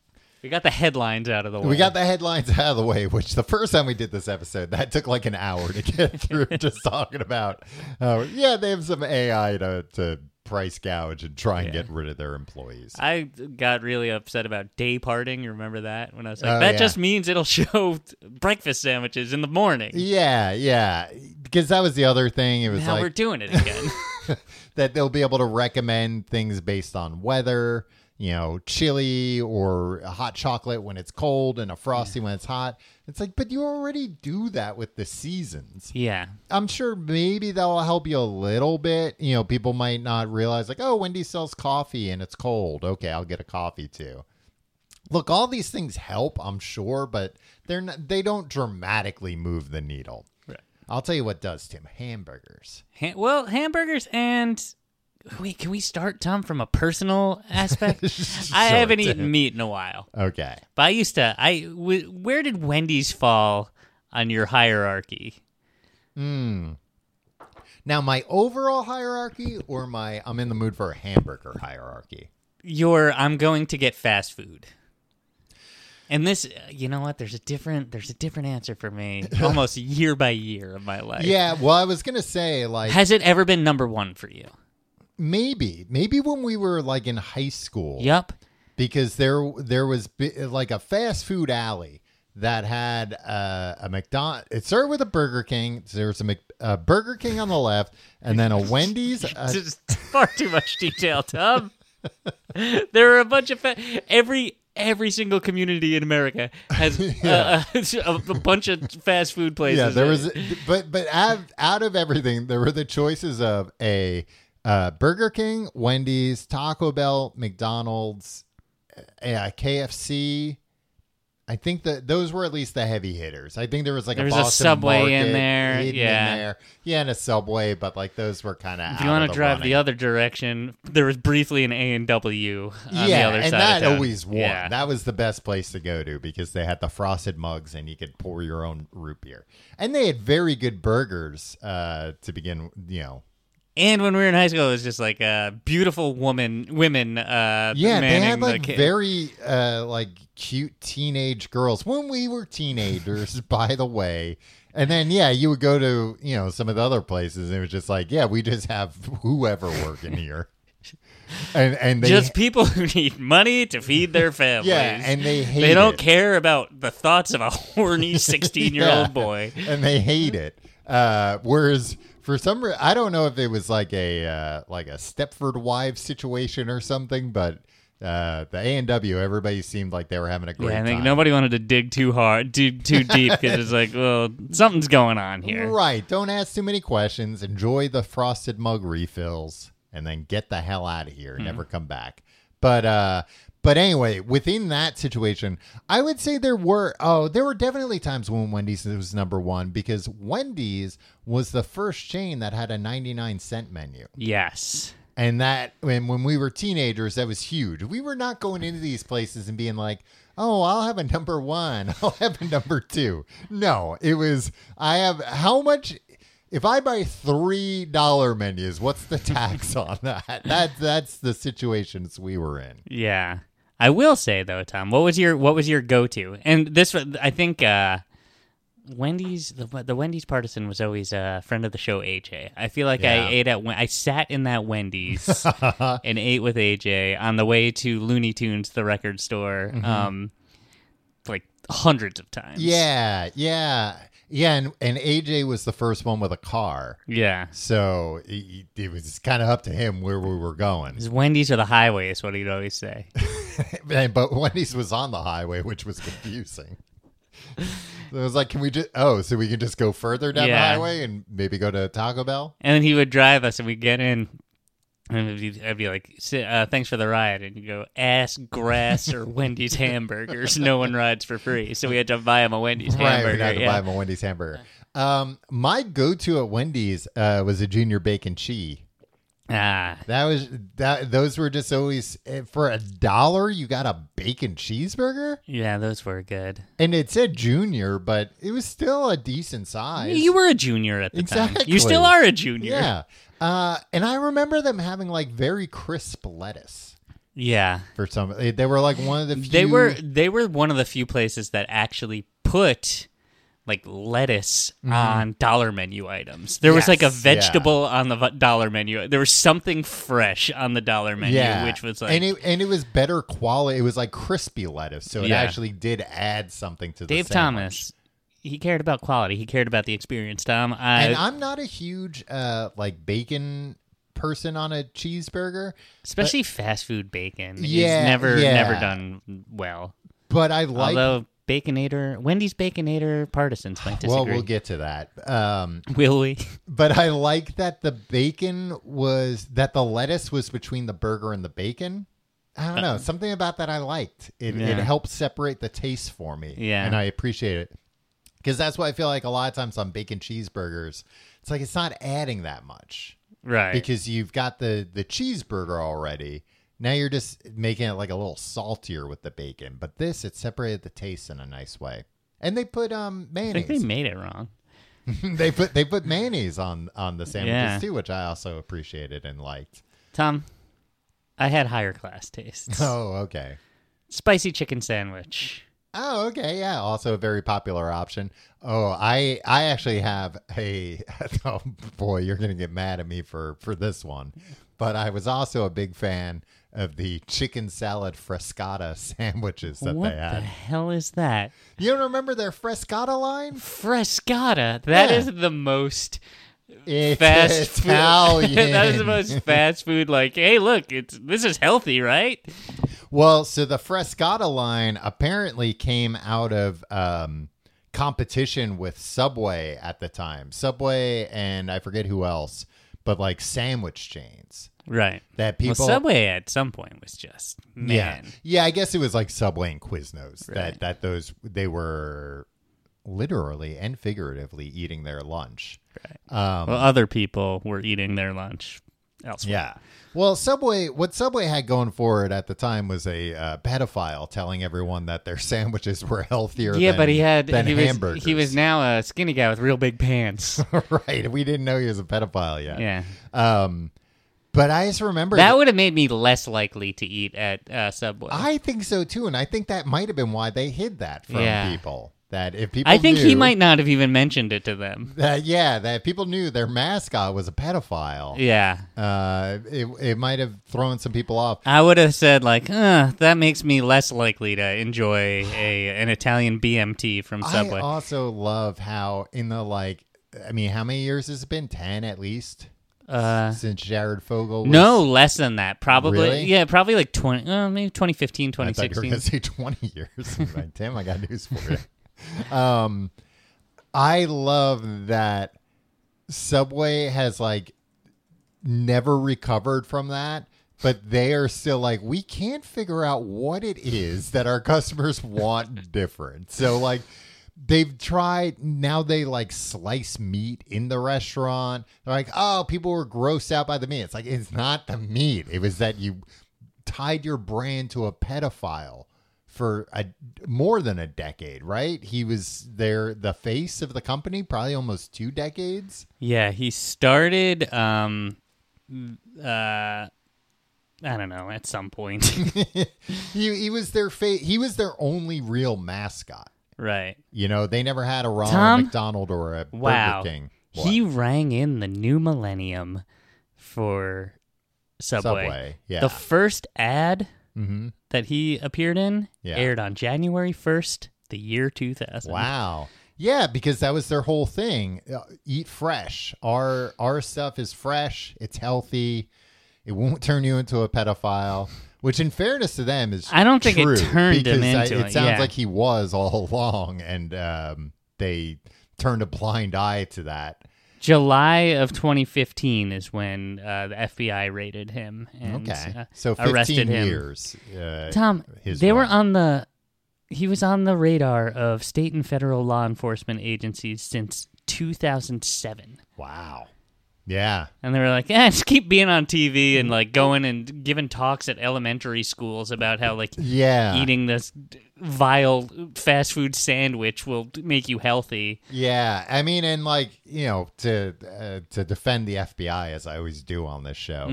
We got the headlines out of the way.
we got the headlines out of the way, which the first time we did this episode, that took like an hour to get through just talking about uh, yeah, they have some AI to, to price gouge and try and get rid of their employees.
I got really upset about day parting. You remember that? When I was like,
Oh,
that
yeah.
just means it'll show breakfast sandwiches in the morning.
yeah, yeah. Because that was the other thing. It was
now
like
we're doing it again.
that they'll be able to recommend things based on weather, you know, chili or a hot chocolate when it's cold and a frosty when it's hot. It's like, but you already do that with the seasons.
yeah.
I'm sure maybe that'll help you a little bit. You know, people might not realize, like, oh, Wendy sells coffee and it's cold. Okay, I'll get a coffee too. Look, all these things help, I'm sure, but they're not, they don't dramatically move the needle. Right. I'll tell you what does, Tim. Hamburgers.
Ha- well, hamburgers and wait, can we start Tom from a personal aspect? I
Sure,
haven't
Tim.
eaten meat in a while,
Okay.
but I used to. I w- where did Wendy's fall on your hierarchy?
Now, my overall hierarchy or my I'm in the mood for a hamburger hierarchy?
Your I'm going to get fast food. And this, you know what? There's a different. There's a different answer for me. Almost year by year of my life.
Yeah, well, I was going to say, like,
Has it ever been number one for you?
maybe, maybe when we were, like, in high school.
Yup.
Because there, there was, bi- like, a fast food alley that had uh, a McDonald's. It started with a Burger King. There was a Mc- a Burger King on the left and then a Wendy's. a-
This is far too much detail, Tom. there are a bunch of fa- every every single community in America has uh a, a, bunch of fast food places. eh?
yeah, there was, but but out, out of everything, there were the choices of a uh, Burger King, Wendy's, Taco Bell, McDonald's, uh, KFC. I think that those were at least the heavy hitters. I think there was like
There
a
was a
Boston
Subway in
Market
there,
hidden in
yeah.
there. yeah, and a Subway, but like those were kind of.
If you
want
to drive the other direction, there was briefly an A and W on
yeah,
the other
and
side.
that
of town.
always won.
Yeah.
That was the best place to go to because they had the frosted mugs and you could pour your own root beer, and they had very good burgers uh, to begin. You know,
and when we were in high school, it was just like a beautiful woman, women. Uh,
yeah, they
manning
had like
the ca-
very uh, like cute teenage girls when we were teenagers, by the way. And then yeah, you would go to you know some of the other places, and it was just like yeah, we just have whoever working here, and and they
just people who need money to feed their families.
yeah, and they hate
they don't
it.
care about the thoughts of a horny 16 year
Yeah.
old boy.
and they hate it. Uh, whereas for some, re- I don't know if it was like a uh, like a Stepford Wives situation or something, but uh, the A and W, everybody seemed like they were having a great
Yeah, I
time.
think nobody wanted to dig too hard, too, too deep, because it's like, well, something's going on here.
Right. Don't ask too many questions. Enjoy the frosted mug refills and then get the hell out of
Mm-hmm.
here. Never come back. But uh but anyway, within that situation, I would say there were oh, there were definitely times when Wendy's was number 1 because Wendy's was the first chain that had a 99 cent menu.
Yes.
And that when when we were teenagers, that was huge. We were not going into these places and being like, "Oh, I'll have a number 1. I'll have a number 2." No, it was I have how much if I buy $3 menus, what's the tax on that? That that's the situations we were in.
Yeah. I will say though, Tom, what was your what was your go to? And this, was- I think, uh, Wendy's the, the Wendy's partisan was always a friend of the show AJ. I feel like
Yeah.
I ate at Wen- I sat in that Wendy's and ate with AJ on the way to Looney Tunes, the record store,
Mm-hmm.
um, like hundreds of times.
Yeah, yeah. Yeah, and, and AJ was the first one with a car.
yeah.
So it, it was kind of up to him where we were going.
It's Wendy's or the highway is what he'd always say.
And- but Wendy's was on the highway, which was confusing. So it was like, can we just? Oh, so we can just go further down
Yeah.
the highway and maybe go to Taco Bell?
And then he would drive us, and we'd get in, And I'd be, I'd be like, "Si- uh, thanks for the ride. And you go, ass, grass, or Wendy's hamburgers. No one rides for free. So we had to buy him a Wendy's
Right,
hamburger.
we're not to
yeah.
buy him a Wendy's hamburger. Um, my go-to at Wendy's uh, was a junior bacon cheese.
ah,
That was that. Those were just always eh, for a dollar. You got a bacon cheeseburger,
yeah, those were good.
and it said junior, but it was still a decent size.
You were a junior at the time.
Exactly.
You still are a junior.
yeah. Uh, and I remember them having like very crisp lettuce
Yeah.
for some. eh, They were like one of the few.
They were they were one of the few places that actually put like lettuce on dollar menu items. There was like a
Mm-hmm. Yes, yeah.
vegetable on the v- dollar menu. There was something fresh on the dollar menu,
Yeah,
which was like
and it and it was better quality. It was like crispy lettuce, so it
Yeah.
actually did add something to the
Dave
sandwich.
Thomas. He cared about quality. He cared about the experience. Uh, Tom, I,
and I'm not a huge uh like bacon person on a cheeseburger,
especially fast food bacon.
Yeah,
is never
yeah.
never done well.
but I like.
Although Baconator, Wendy's Baconator partisans might disagree.
well, we'll get to that. Um,
Will we?
but I like that the bacon was that the lettuce was between the burger and the bacon. I don't know something about that I liked. It it
Uh, Yeah.
helped separate the taste for me.
Yeah.
and I appreciate it because that's why I feel like a lot of times on bacon cheeseburgers, it's like it's not adding that much.
Right.
because you've got the the cheeseburger already. Now you're just making it like a little saltier with the bacon, but this it separated the taste in a nice way. And they put um
I
mayonnaise.
think they made it wrong.
they put they put mayonnaise on on the sandwiches
Yeah.
too, which I also appreciated and liked.
Tom, I had higher class tastes.
Oh, okay.
Spicy chicken sandwich.
Oh, okay. Yeah, also a very popular option. Oh, I I actually have a oh boy, you're going to get mad at me for for this one. But I was also a big fan of the chicken salad frescata sandwiches that
what
they
the
had.
hell is that?
You don't remember their frescata line?
Frescata. That
Yeah.
is the most
It's
fast
Italian.
food. that is the most fast food. Like, hey, look, it's this is healthy, right?
Well, so the Frescata line apparently came out of um, competition with Subway at the time. Subway and I forget who else, but like sandwich chains
Right.
that people.
Well, Subway at some point was just man.
Yeah, yeah. I guess it was like Subway and Quiznos that that those they were literally and figuratively eating their lunch. um,
well, other people were eating their lunch elsewhere.
Yeah. Well, Subway, what Subway had going for it at the time was a uh, pedophile telling everyone that their sandwiches were healthier.
Yeah,
than,
but he had
than
he was
hamburgers.
he was now a skinny guy with real big pants.
right. We didn't know he was a pedophile yet.
yeah.
Um, but I just remember
That would have made me less likely to eat at uh, Subway.
I think so too, and I think that might have been why they hid that from
Yeah.
people. That if people,
I think he
knew-
might not have even mentioned it to them.
That, yeah, that if people knew their mascot was a pedophile.
Yeah.
Uh, it it might have thrown some people off.
I would have said like, uh, that makes me less likely to enjoy a an Italian BMT from Subway.
I also love how in the like, I mean, how many years has it been? Ten at least
uh,
since Jared Fogle. Was,
no, less than that. Probably.
Really?
Yeah, probably like 20, uh, maybe 2015,
I thought you were
2016.
gonna say twenty years. I'm like, Tim, I got news for you. Um, I love that Subway has like never recovered from that. But they are still like, we can't figure out what it is that our customers want different. So, like, they've tried, now they like slice meat in the restaurant. They're like, oh, people were grossed out by the meat. It's like, it's not the meat. It was that you tied your brand to a pedophile for a more than a decade, right? He was there, the face of the company, probably almost two decades.
Yeah, he started um uh I don't know, at some point.
He, he was their fa- He was their only real mascot.
right.
You know, they never had a Ronald
Tom?
McDonald or a
Wow.
Burger King. What?
He rang in the new millennium for Subway.
Subway, yeah. Mm-hmm.
The first ad that he appeared in
Yeah.
aired on January 1st, the year 2000.
Wow. Yeah, because that was their whole thing. Uh, eat fresh. Our our stuff is fresh. It's healthy. It won't turn you into a pedophile. Which, in fairness to them, is
I don't think it
true,
turned
because
him
I-
into
it.
it,
sounds
yeah.
like he was all along, and um, they turned a blind eye to that.
July of 2015 is when uh, the FBI raided him and
Okay.
uh,
so 15
arrested him.
years. Uh,
Tom,
his
they were
run.
on the. He was on the radar of state and federal law enforcement agencies since 2007.
Wow. Yeah.
And they were like, yeah, just keep being on TV and like going and giving talks at elementary schools about how like
Yeah.
eating this vile fast food sandwich will make you healthy.
Yeah, I mean, and like you know, to uh, to defend the FBI as I always do on this show,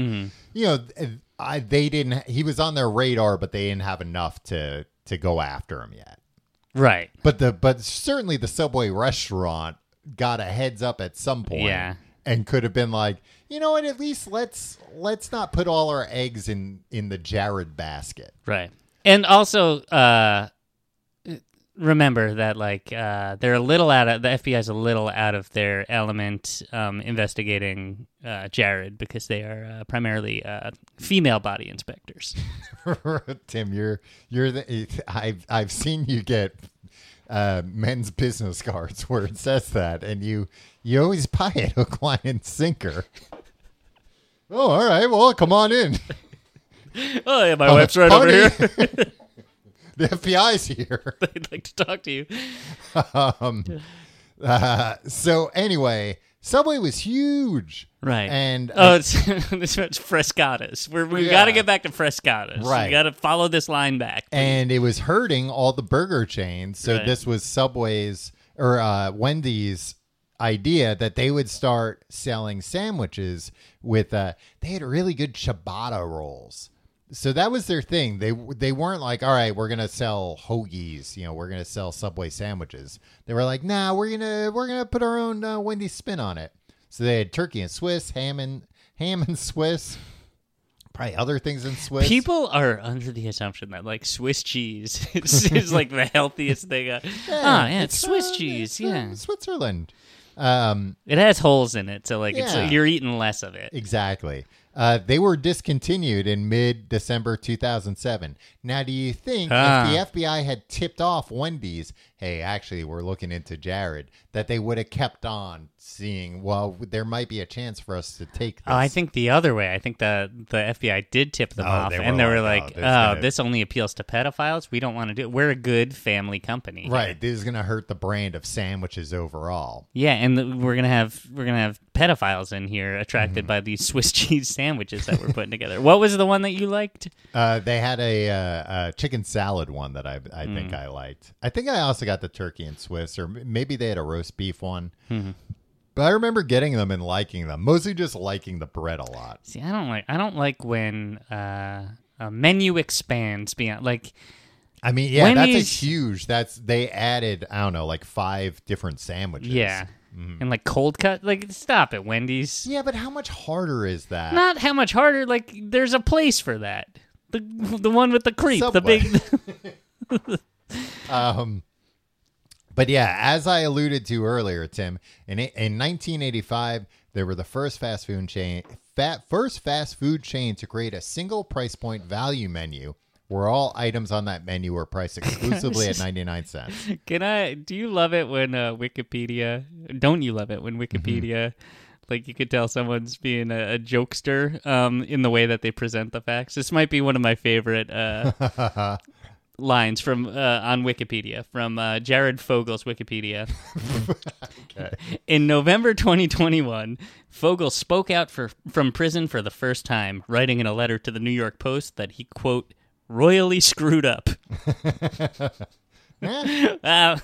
you know, th- I they didn't. He was on their radar, but they didn't have enough to to go after him yet.
Right.
But the but certainly the subway restaurant got a heads up at some point,
Yeah.
and could have been like, you know what? At least let's let's not put all our eggs in in the Jared basket.
Right. And also, uh, remember that like uh, they're a little out of the FBI's a little out of their element um, investigating uh, Jared because they are uh, primarily uh, female body inspectors.
Tim, you're you're the I've I've seen you get uh, men's business cards where it says that, and you you always buy it hook, line, and sinker. oh, all right. Well, come on in.
oh yeah, my wife's right over
Honey,
here.
the FBI's here.
I'd like to talk to you.
Uh, so anyway, Subway was huge,
Right.
And
oh, it's, this much frescatas. We're, we
Yeah.
got to get back to frescatas.
Right.
You got to follow this line back.
and it was hurting all the burger chains. So
Right.
this was Subway's or uh, Wendy's idea that they would start selling sandwiches with. Uh, they had really good ciabatta rolls. So that was their thing. They they weren't like, all right, we're gonna sell hoagies. You know, we're gonna sell Subway sandwiches. They were like, nah, we're gonna we're gonna put our own uh, Wendy's spin on it. So they had turkey and Swiss ham and ham and Swiss, probably other things in Swiss.
People are under the assumption that like Swiss cheese is, is like the healthiest thing. Uh, ah, yeah, it's, uh, Swiss
from-
cheese.
it's
yeah,
from Switzerland. Um,
it has holes in it, so like it's
Yeah.
you're eating less of it.
exactly. Uh, they were discontinued in mid December 2007. Now, do you think
Ah.
if the FBI had tipped off Wendy's, hey, actually, we're looking into Jared, that they would have kept on seeing, well, there might be a chance for us to take this?
Oh, I think the other way. I think the the FBI did tip them
Oh,
off,
they were
and they were
like, "Oh,
like, "Oh,
this gonna-
this only appeals to pedophiles. We don't want to do. it. We're a good family company, here."
Right. This is going to hurt the brand of sandwiches overall.
Yeah, and the, we're gonna have we're gonna have pedophiles in here
Mm-hmm.
attracted by these Swiss cheese sandwiches that we're putting together. What was the one that you liked?
Uh, they had a, uh, a chicken salad one that I I think I liked. I think I also got the turkey and Swiss, or m- maybe they had a roast beef one. But I remember getting them and liking them, mostly just liking the bread a lot.
See, I don't like I don't like when uh, a menu expands beyond like
I mean, yeah, that's a
Wendy's-
huge. That's they added. I don't know, like five different sandwiches.
yeah, and like cold cut. Like stop it, Wendy's.
yeah, but how much harder is that?
Not how much harder. Like there's a place for that. The the one with the creep, the
Subway.
big.
Um, but yeah, as I alluded to earlier, Tim, in in 1985, there were the first fast food chain, fat, first fast food chain to create a single price point value menu where all items on that menu were priced exclusively at 99 cents.
Can I? Do you love it when uh, Wikipedia? Don't you love it when Wikipedia? Like you could tell someone's being a, a jokester um, in the way that they present the facts. This might be one of my favorite uh, lines from uh, on Wikipedia from uh, Jared Fogel's Wikipedia. In November 2021, Fogel spoke out for, from prison for the first time, writing in a letter to the New York Post that he quote royally screwed up. Uh,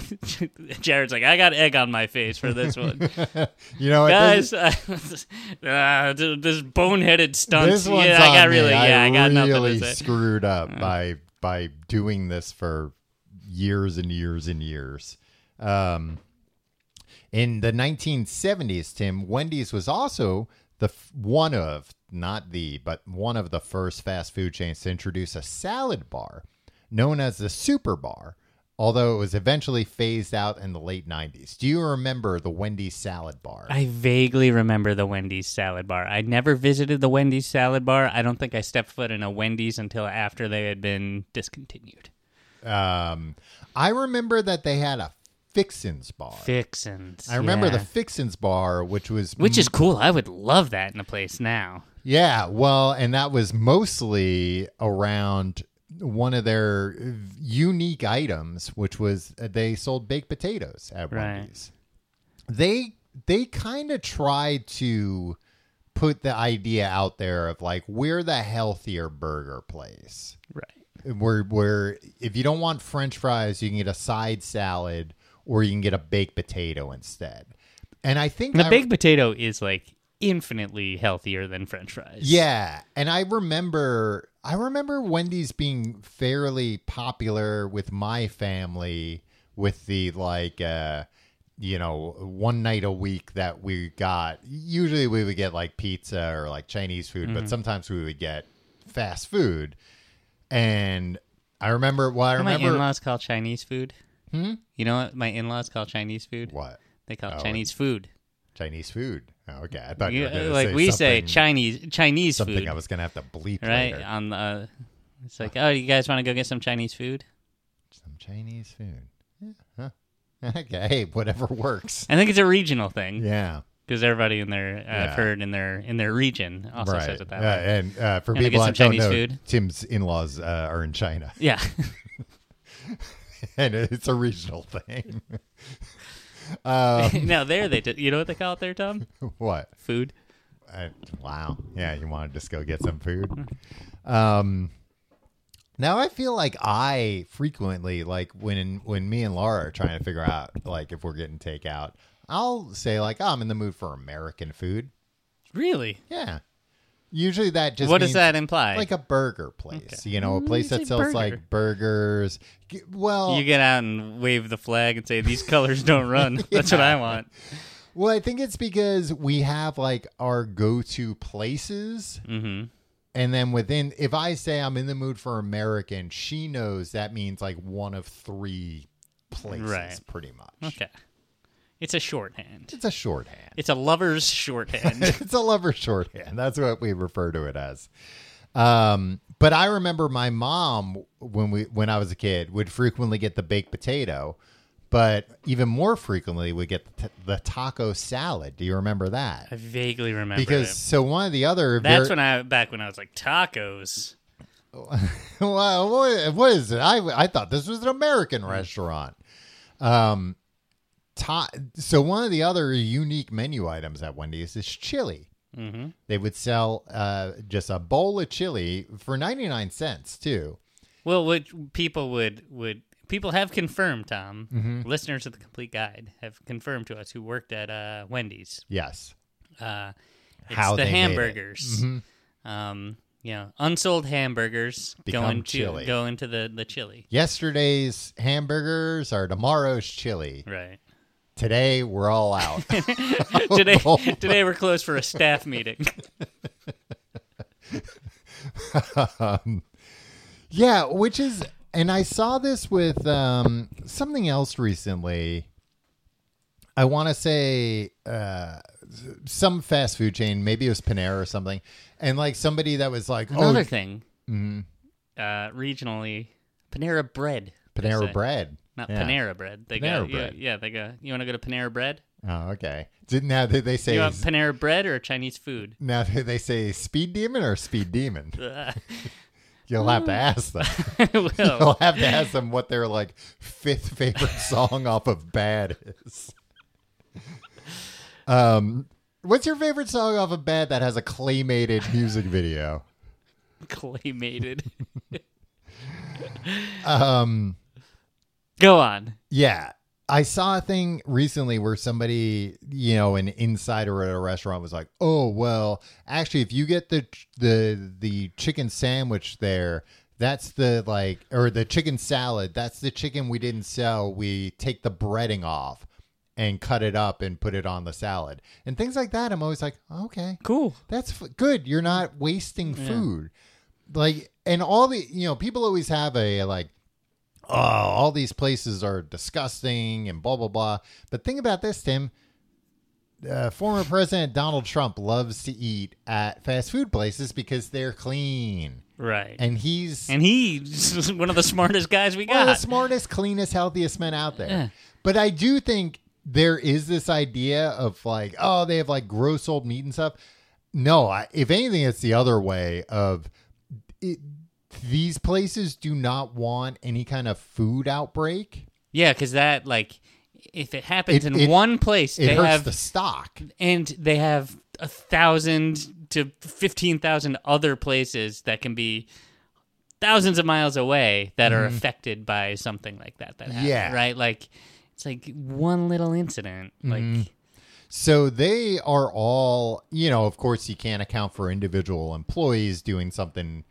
Jared's like, I got egg on my face for this one,
You know, it
guys.
doesn't-
Uh, uh, th- this boneheaded stunt.
this one's
yeah, I
on
got
me.
really, yeah, I got
really
nothing to say.
screwed up by by doing this for years and years and years. Um, In the 1970s, Tim, Wendy's was also the f- one of, not the, but one of the first fast food chains to introduce a salad bar known as the Super Bar, although it was eventually phased out in the late 90s. Do you remember the Wendy's salad bar?
I vaguely remember the Wendy's salad bar. I never visited the Wendy's salad bar. I don't think I stepped foot in a Wendy's until after they had been discontinued.
Um, I remember that they had a Fixin's Bar.
Fixins.
I remember
yeah.
the Fixin's Bar, which was
Which is cool. I would love that in a place now.
Yeah, well, and that was mostly around one of their unique items, which was uh, they sold baked potatoes at
Right.
Wendy's. They they kind of tried to put the idea out there of like we're the healthier burger place
Right.
where where if you don't want french fries you can get a side salad or you can get a baked potato instead and i think
The
I-
baked potato is like infinitely healthier than french fries.
Yeah, and I remember I remember Wendy's being fairly popular with my family with the like uh you know, one night a week that we got. Usually we would get like pizza or like Chinese food,
Mm-hmm.
but sometimes we would get fast food. And I remember well I
You know what my
remember
in-laws call Chinese food. Hmm? You know what my in-laws call Chinese food?
what?
They call
Oh,
Chinese food.
Chinese food. Oh, okay. I thought you,
You-
were gonna
like
say
we say
something,
Chinese Chinese
something
food,
I was gonna have to bleep
right?
later.
On the, uh, it's like, oh, you guys want to go get some Chinese food?
Some Chinese food. Yeah. Huh. Okay. Hey, whatever works.
I think it's a regional thing
Yeah.
because everybody in their uh,
Yeah.
I've heard in their in their region also
right.
says it that
Uh,
way.
and uh, for
And I
people
get
that
some
don't know,
Chinese food.
Tim's in laws uh, are in China,
Yeah,
and it's a regional thing. Um,
no, there they did. You know what they call it there, Tom?
what?
Food.
I, wow. Yeah, you want to just go get some food. Um, now I feel like I frequently like when when me and Laura are trying to figure out like if we're getting takeout, I'll say like oh, I'm in the mood for American food.
Really?
Yeah. Usually that just
what does
means
that imply?
like a burger place, you know, a place
Mm,
that
you say
sells
burger.
like burgers. G- Well,
you get out and wave the flag and say these colors don't run. That's what I want.
well, I think it's because we have like our go-to places,
Mm-hmm.
and then within, if I say I'm in the mood for American, she knows that means like one of three places,
Right.
pretty much.
Okay. It's a shorthand.
It's a shorthand.
It's a lover's shorthand.
it's a lover shorthand. That's what we refer to it as. Um, but I remember my mom when we when I was a kid would frequently get the baked potato, but even more frequently would get the, t- the taco salad. Do you remember that?
I vaguely remember
because
it.
so one of the other
That's
ver-
when I back when I was like tacos.
well, what- what is it? I I thought this was an
Mm.
American restaurant. Um, ta- so one of the other unique menu items at Wendy's is chili.
Mm-hmm.
They would sell uh, just a bowl of chili for 99 cents, too.
Well, what people would would people have confirmed, Tom,
Mm-hmm.
listeners of the Complete Guide have confirmed to us who worked at uh, Wendy's.
Yes.
Uh, it's
How
the
they made it. Mm-hmm.
hamburgers. Um, you know, unsold hamburgers
Become
going to
chili.
go into the the chili.
Yesterday's hamburgers are tomorrow's chili.
Right.
Today, we're all out.
Today
Oh.
today we're closed for a staff meeting.
yeah, which is, and I saw this with um, something else recently. I want to say uh, some fast food chain, maybe it was Panera or something. And like somebody that was like,
Another
oh,
thing, uh, regionally, Panera Bread. they
Panera
say.
bread.
Not
Yeah.
Panera Bread. They
Panera
go,
Bread.
Yeah, yeah, they go. You want to go to Panera Bread?
Oh, okay. Did, now, did they say
You want Panera Bread or Chinese food?
Now, do they say speed demon or speed demon?
Ugh.
You'll have to ask them. You'll
well,
have to ask them what their like fifth favorite song off of Bad is. Um, what's your favorite song off of Bad that has a claymated music video?
claymated.
Um,
go on.
yeah, I saw a thing recently where somebody, you know, an insider at a restaurant was like, "Oh, well, actually, if you get the the the chicken sandwich there." That's the like, or the chicken salad. That's the chicken we didn't sell. We take the breading off and cut it up and put it on the salad and things like that. I'm always like, okay,
Cool.
that's f- good. You're not wasting food. Like, and all the, you know, people always have a like, oh, all these places are disgusting and blah, blah, blah. But think about this, Tim. uh, former President Donald Trump loves to eat at fast food places because they're clean,
Right. And,
and he's
he's one of the smartest guys we
one of
got.
the smartest, cleanest, healthiest men out there. But I do think there is this idea of like, oh, they have like gross old meat and stuff. No, I, if anything, it's the other way of it, these places do not want any kind of food outbreak.
yeah, because that, like, if it happens
It-
in
it-
one place,
It
they
hurts
have
the stock.
and they have a thousand to fifteen thousand other places that can be thousands of miles away that are affected by something like that. That happened,
Mm-hmm. Yeah.
right. Like it's like one little incident.
Mm-hmm.
Like
So they are all, you know, of course, you can't account for individual employees doing something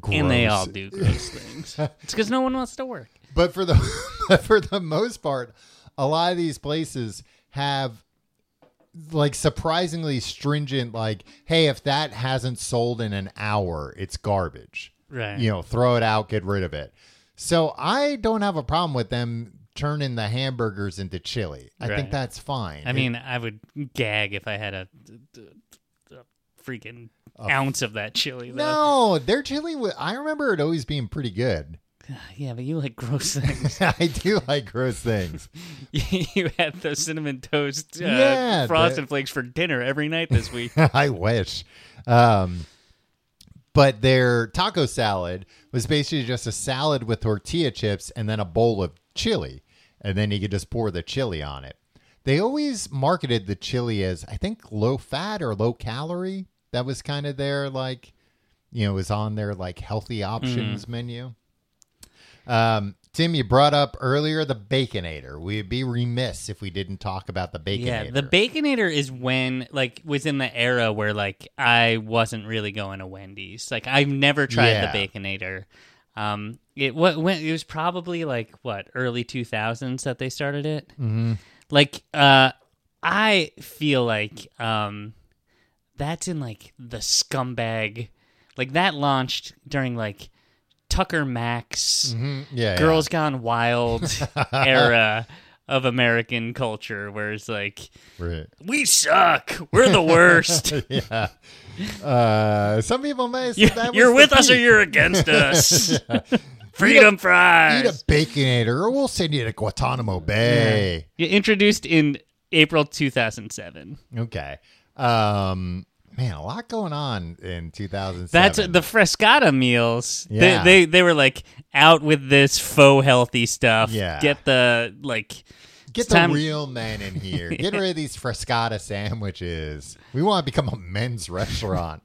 gross.
and they all do gross things. It's because no one wants to work.
But for the but for the most part, a lot of these places have like surprisingly stringent like hey if that hasn't sold in an hour it's garbage
Right.
you know throw it out get rid of it so i don't have a problem with them turning the hamburgers into chili i think
Right.
that's fine
I mean, I would gag if I had a, a freaking ounce of that chili. Though.
no their chili wa- i remember it always being pretty good
Yeah, but you like gross things.
I do like gross things.
you had the cinnamon toast uh,
Yeah,
frosted
the-
flakes for dinner every night this week.
I wish. Um, but their taco salad was basically just a salad with tortilla chips and then a bowl of chili. And then you could just pour the chili on it. They always marketed the chili as, I think, low fat or low calorie. That was kind of their, like, you know, it was on their, like, healthy
Mm.
options menu. Um, Tim, you brought up earlier the Baconator. We'd be remiss if we didn't talk about the Baconator.
Yeah, the Baconator is when like was in the era where like I wasn't really going to Wendy's. Like I've never tried
Yeah.
the Baconator. Um, it what when it was probably like what early two thousands that they started it. Mm-hmm. Like uh, I feel like um, that's in like the scumbag, like that launched during like Tucker Max.
Mhm. yeah, yeah.
Girls Gone Wild era of American culture, where it's like,
Right.
we suck, we're the worst.
yeah. Uh, some people may say
You-
that
you're
was
with
the
us or
peak.
you're against us. Freedom
Eat a
fries.
baconator, or we'll send you to Guantanamo Bay.
Yeah, Introduced in April 2007.
Okay. Um, man, a lot going on in 2007.
That's the Frescata meals.
Yeah.
They, they they were like out with this faux healthy stuff.
Yeah.
Get the like
get
it's
the
time-
real men in here. Get rid of these frescata sandwiches. We want to become a men's restaurant.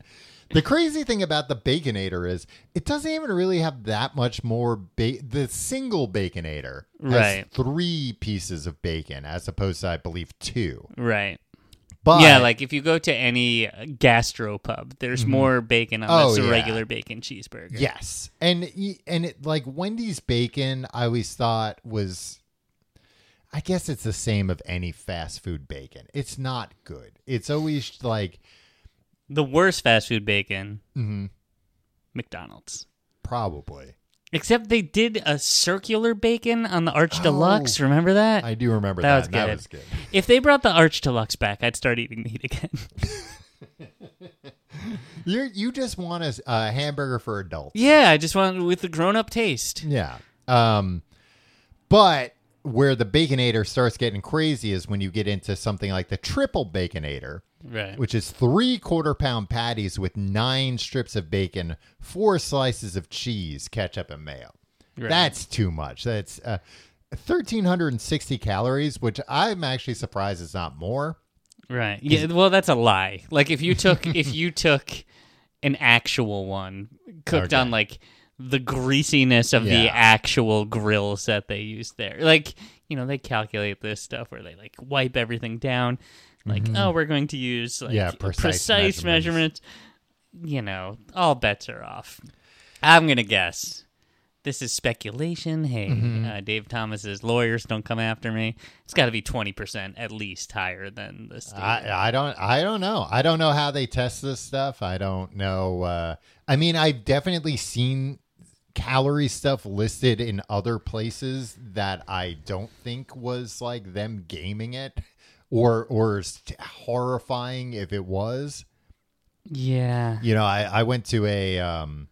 the crazy thing about the baconator is it doesn't even really have that much more. Ba- the single baconator has
Right.
three pieces of bacon as opposed to I believe two.
right.
But
yeah, like if you go to any gastro pub, there's more bacon on
Mm-hmm. Oh,
this
yeah.
regular bacon cheeseburger.
Yes, and y- and it, like Wendy's bacon, I always thought was, I guess it's the same of any fast food bacon. It's not good. It's always like
The worst fast food bacon,
mhm,
McDonald's.
probably.
Except they did a circular bacon on the Arch
Oh.
Deluxe. Remember that?
I do remember
That
that.
was
That
good.
was good.
If they brought the Arch Deluxe back, I'd start eating meat again.
You you just want a, s- a hamburger for adults.
yeah, I just want with the grown up taste.
Yeah. Um, but where the baconator starts getting crazy is when you get into something like the triple baconator.
Right.
which is three quarter pound patties with nine strips of bacon, four slices of cheese, ketchup, and mayo. That's too much. That's uh, 1,360 calories, which I'm actually surprised it's not more.
Right. Yeah, well that's a lie. Like if you took if you took an actual one cooked on like the greasiness of the
Yeah.
actual grills that they use there. Like, you know, they calculate this stuff where they like wipe everything down. Like, oh, we're going to use like
Mm-hmm. Yeah,
precise,
precise
measurements.
measurements.
You know, all bets are off. I'm gonna guess. This is speculation. Hey,
Mm-hmm.
uh, Dave Thomas's lawyers don't come after me. It's got to be twenty percent at least higher than this.
I, I don't I don't know. I don't know how they test this stuff. I don't know. Uh, I mean, I've definitely seen calorie stuff listed in other places that I don't think was like them gaming it or or s- t- horrifying if it was.
Yeah.
You know, I, I went to a um,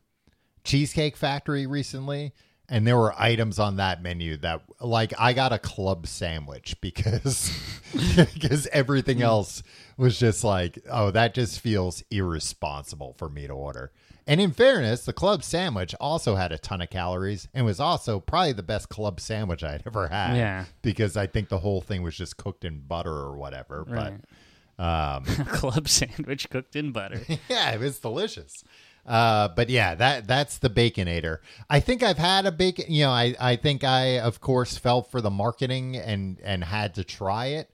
cheesecake factory recently, and there were items on that menu that, like, I got a club sandwich because because
Mm.
everything else was just like, oh, that just feels irresponsible for me to order. And in fairness, the club sandwich also had a ton of calories and was also probably the best club sandwich I'd ever had.
Yeah.
Because I think the whole thing was just cooked in butter or whatever. But
Club sandwich cooked in butter.
yeah, it was delicious. Uh, but yeah, that that's the baconator. I think I've had a bacon. You know, I I think I of course fell for the marketing and and had to try it.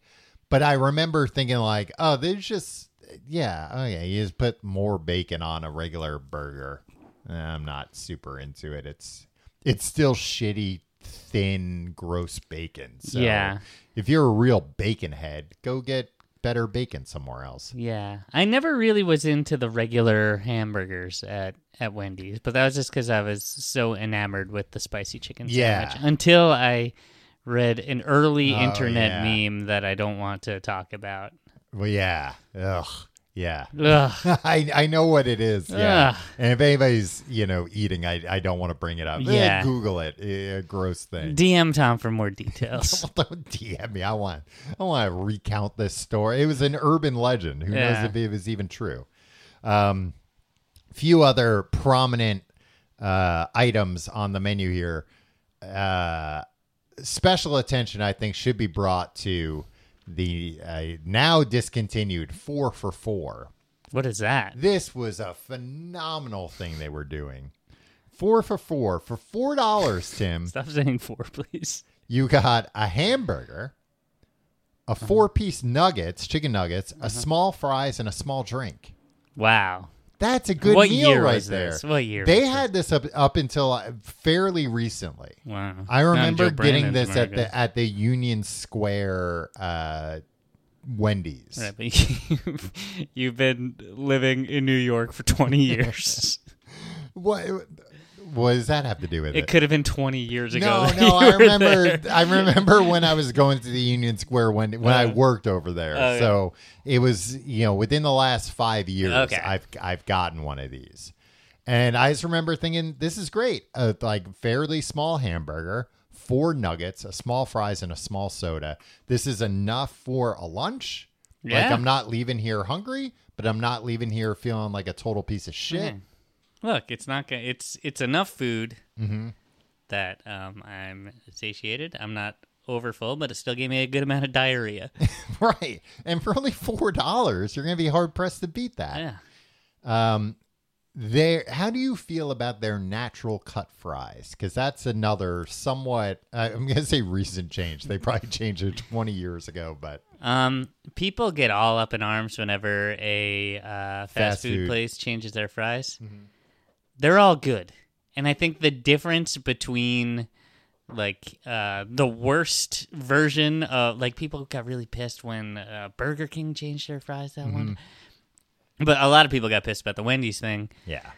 But I remember thinking like, oh, there's just yeah, oh yeah, you just put more bacon on a regular burger. Eh, I'm not super into it. It's it's still shitty, thin, gross bacon. So
Yeah.
if you're a real bacon head, go get better bacon somewhere else.
Yeah, I never really was into the regular hamburgers at at Wendy's, but that was just because I was so enamored with the spicy chicken
Yeah.
sandwich. Until I read an early
Oh,
internet
yeah.
meme that I don't want to talk about.
Well, yeah. Ugh. Yeah.
Ugh.
I, I know what it is. Yeah.
Ugh.
And if anybody's, you know, eating, I, I don't want to bring it up. Eh,
Yeah.
Google it. Eh, gross thing.
DM Tom for more details.
don't DM me. I want I want to recount this story. It was an urban legend. Who
Yeah.
knows if it was even true? Um, few other prominent uh, items on the menu here. Uh, special attention, I think, should be brought to the uh, now discontinued four for four
what is that?
this was a phenomenal thing they were doing. Four for four for four dollars, Tim.
Stop saying four, please.
You got a hamburger, a
Uh-huh.
four-piece nuggets, chicken nuggets, a small fries, and a small drink.
Wow.
That's a good
What
meal
year
right
was
there.
this? What year
They
was
had this up up until uh, fairly recently.
Wow.
I
Not in
remember
Joe
getting
Brannan's
this at
America.
the at the Union Square uh, Wendy's.
Right, but you've been living in New York for 20 years.
What what does that have to do with it?
it could have been 20 years ago.
No,
that
no,
you
I
were
remember.
there.
I remember when I was going to the Union Square when when
Uh-huh.
I worked over there.
Oh,
so it was you know within the last five years
Okay.
I've I've gotten one of these, and I just remember thinking this is great. A like fairly small hamburger, four nuggets, a small fries, and a small soda. This is enough for a lunch. Like
Yeah.
I'm not leaving here hungry, but I'm not leaving here feeling like a total piece of shit.
Mm-hmm. Look, it's not gonna. It's it's enough food that um, I'm satiated. I'm not overfull, but it still gave me a good amount of diarrhea.
Right. And for only four dollars, you're gonna be hard pressed to beat that.
yeah,
Their how do you feel about their natural cut fries? Because that's another somewhat uh, I'm gonna say recent change. They probably changed it 20 years ago, but
Um, people get all up in arms whenever a uh, fast,
Fast
food,
food.
place changes their fries. They're all good, and I think the difference between like uh, the worst version of like people got really pissed when uh, Burger King changed their fries that one,
Mm-hmm.
but a lot of people got pissed about the Wendy's thing.
yeah,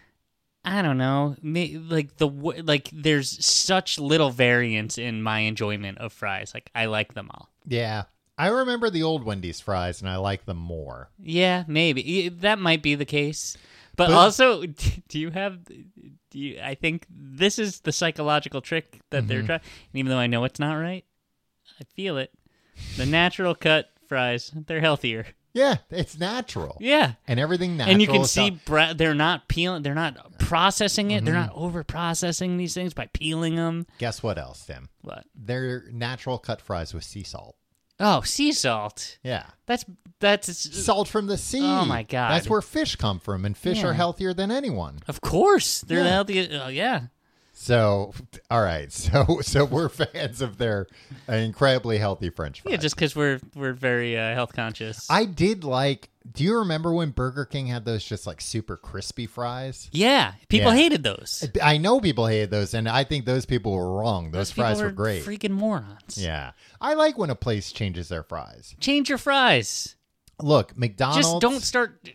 I don't know. May- Like the w- like, there's such little variance in my enjoyment of fries. Like I like them all.
yeah. I remember the old Wendy's fries, and I like them more.
Yeah, maybe Y- that might be the case. But,
But-
also, d- do you have? Do you, I think this is the psychological trick that
Mm-hmm.
they're trying. And even though I know it's not right, I feel it. The natural cut fries—they're healthier.
Yeah, it's natural.
Yeah,
and everything natural.
and you can
is
see
not-
bra- they're not peeling. They're not processing it. They're not
Mm-hmm.
over processing these things by peeling them.
Guess what else, Tim?
What?
They're natural cut fries with sea salt.
Oh, sea salt.
Yeah,
That's that's.
salt from the sea.
Oh my God.
that's where fish come from, and fish are
Yeah.
healthier than anyone.
Of course, they're
Yeah.
the healthiest. Oh yeah.
So, all right. So, so we're fans of their incredibly healthy French fries.
Yeah, just because we're we're very uh, health conscious.
I did like. Do you remember when Burger King had those just like super crispy fries?
yeah, people
Yeah.
hated those.
I know people hated those, and I think those people were wrong. Those,
people
fries were, great.
Freaking morons.
yeah, I like when a place changes their fries.
Change your fries.
Look, McDonald's.
Just don't start.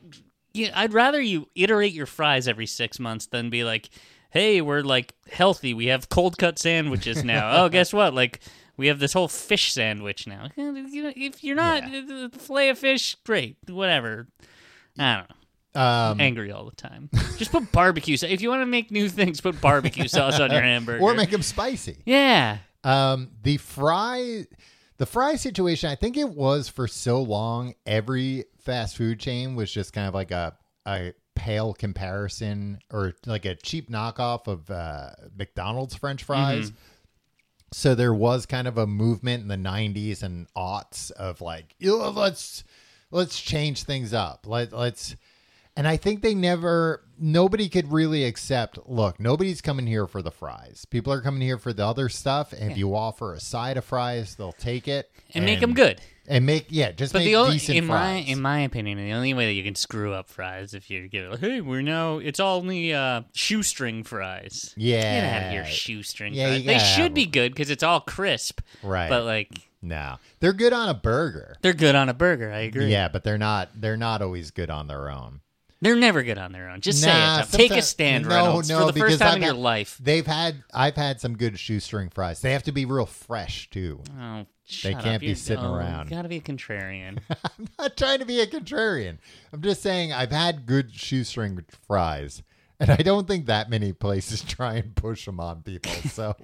Yeah, I'd rather you iterate your fries every six months than be like, hey, we're like healthy. We have cold cut sandwiches now. oh, guess what? Like we have this whole fish sandwich now. You know, if you're not fillet of fish, great, whatever. I don't know.
Um,
Angry all the time. Just put barbecue. sauce. If you want to make new things, put barbecue sauce on your hamburger.
or make them spicy.
yeah.
Um, the fry, the fry situation. I think it was for so long. Every fast food chain was just kind of like a a pale comparison or like a cheap knockoff of uh, McDonald's French fries. So there was kind of a movement in the '90s and aughts of like, "Yo, let's let's change things up. Let let's. And I think they never, nobody could really accept. Look, nobody's coming here for the fries. People are coming here for the other stuff. And if you offer a side of fries, they'll take it
And make 'em good.
And make yeah, just
But
make
the only,
decent
in my
fries.
in my opinion, the only way that you can screw up fries if you give it like, hey, we're now it's only uh, shoestring fries. get out of
yeah,
here, shoestring
Yeah,
fries.
you
They
gotta have
should be
them.
good because it's all crisp.
Right.
But like
no, they're good on a burger.
they're good on a burger. I agree.
Yeah, but they're not. They're not always good on their own.
They're never good on their own. Just
Nah,
say it. Tom. Take a
sometimes-
stand, Reynolds, for the
because
first time
I've
in your
had-
life.
They've had. I've had some good shoestring fries. They have to be real fresh too.
Oh,
They
shut up.
can't be
You're-
sitting
oh,
around.
You gotta be a contrarian.
I'm not trying to be a contrarian. I'm just saying I've had good shoestring fries, and I don't think that many places try and push them on people. So,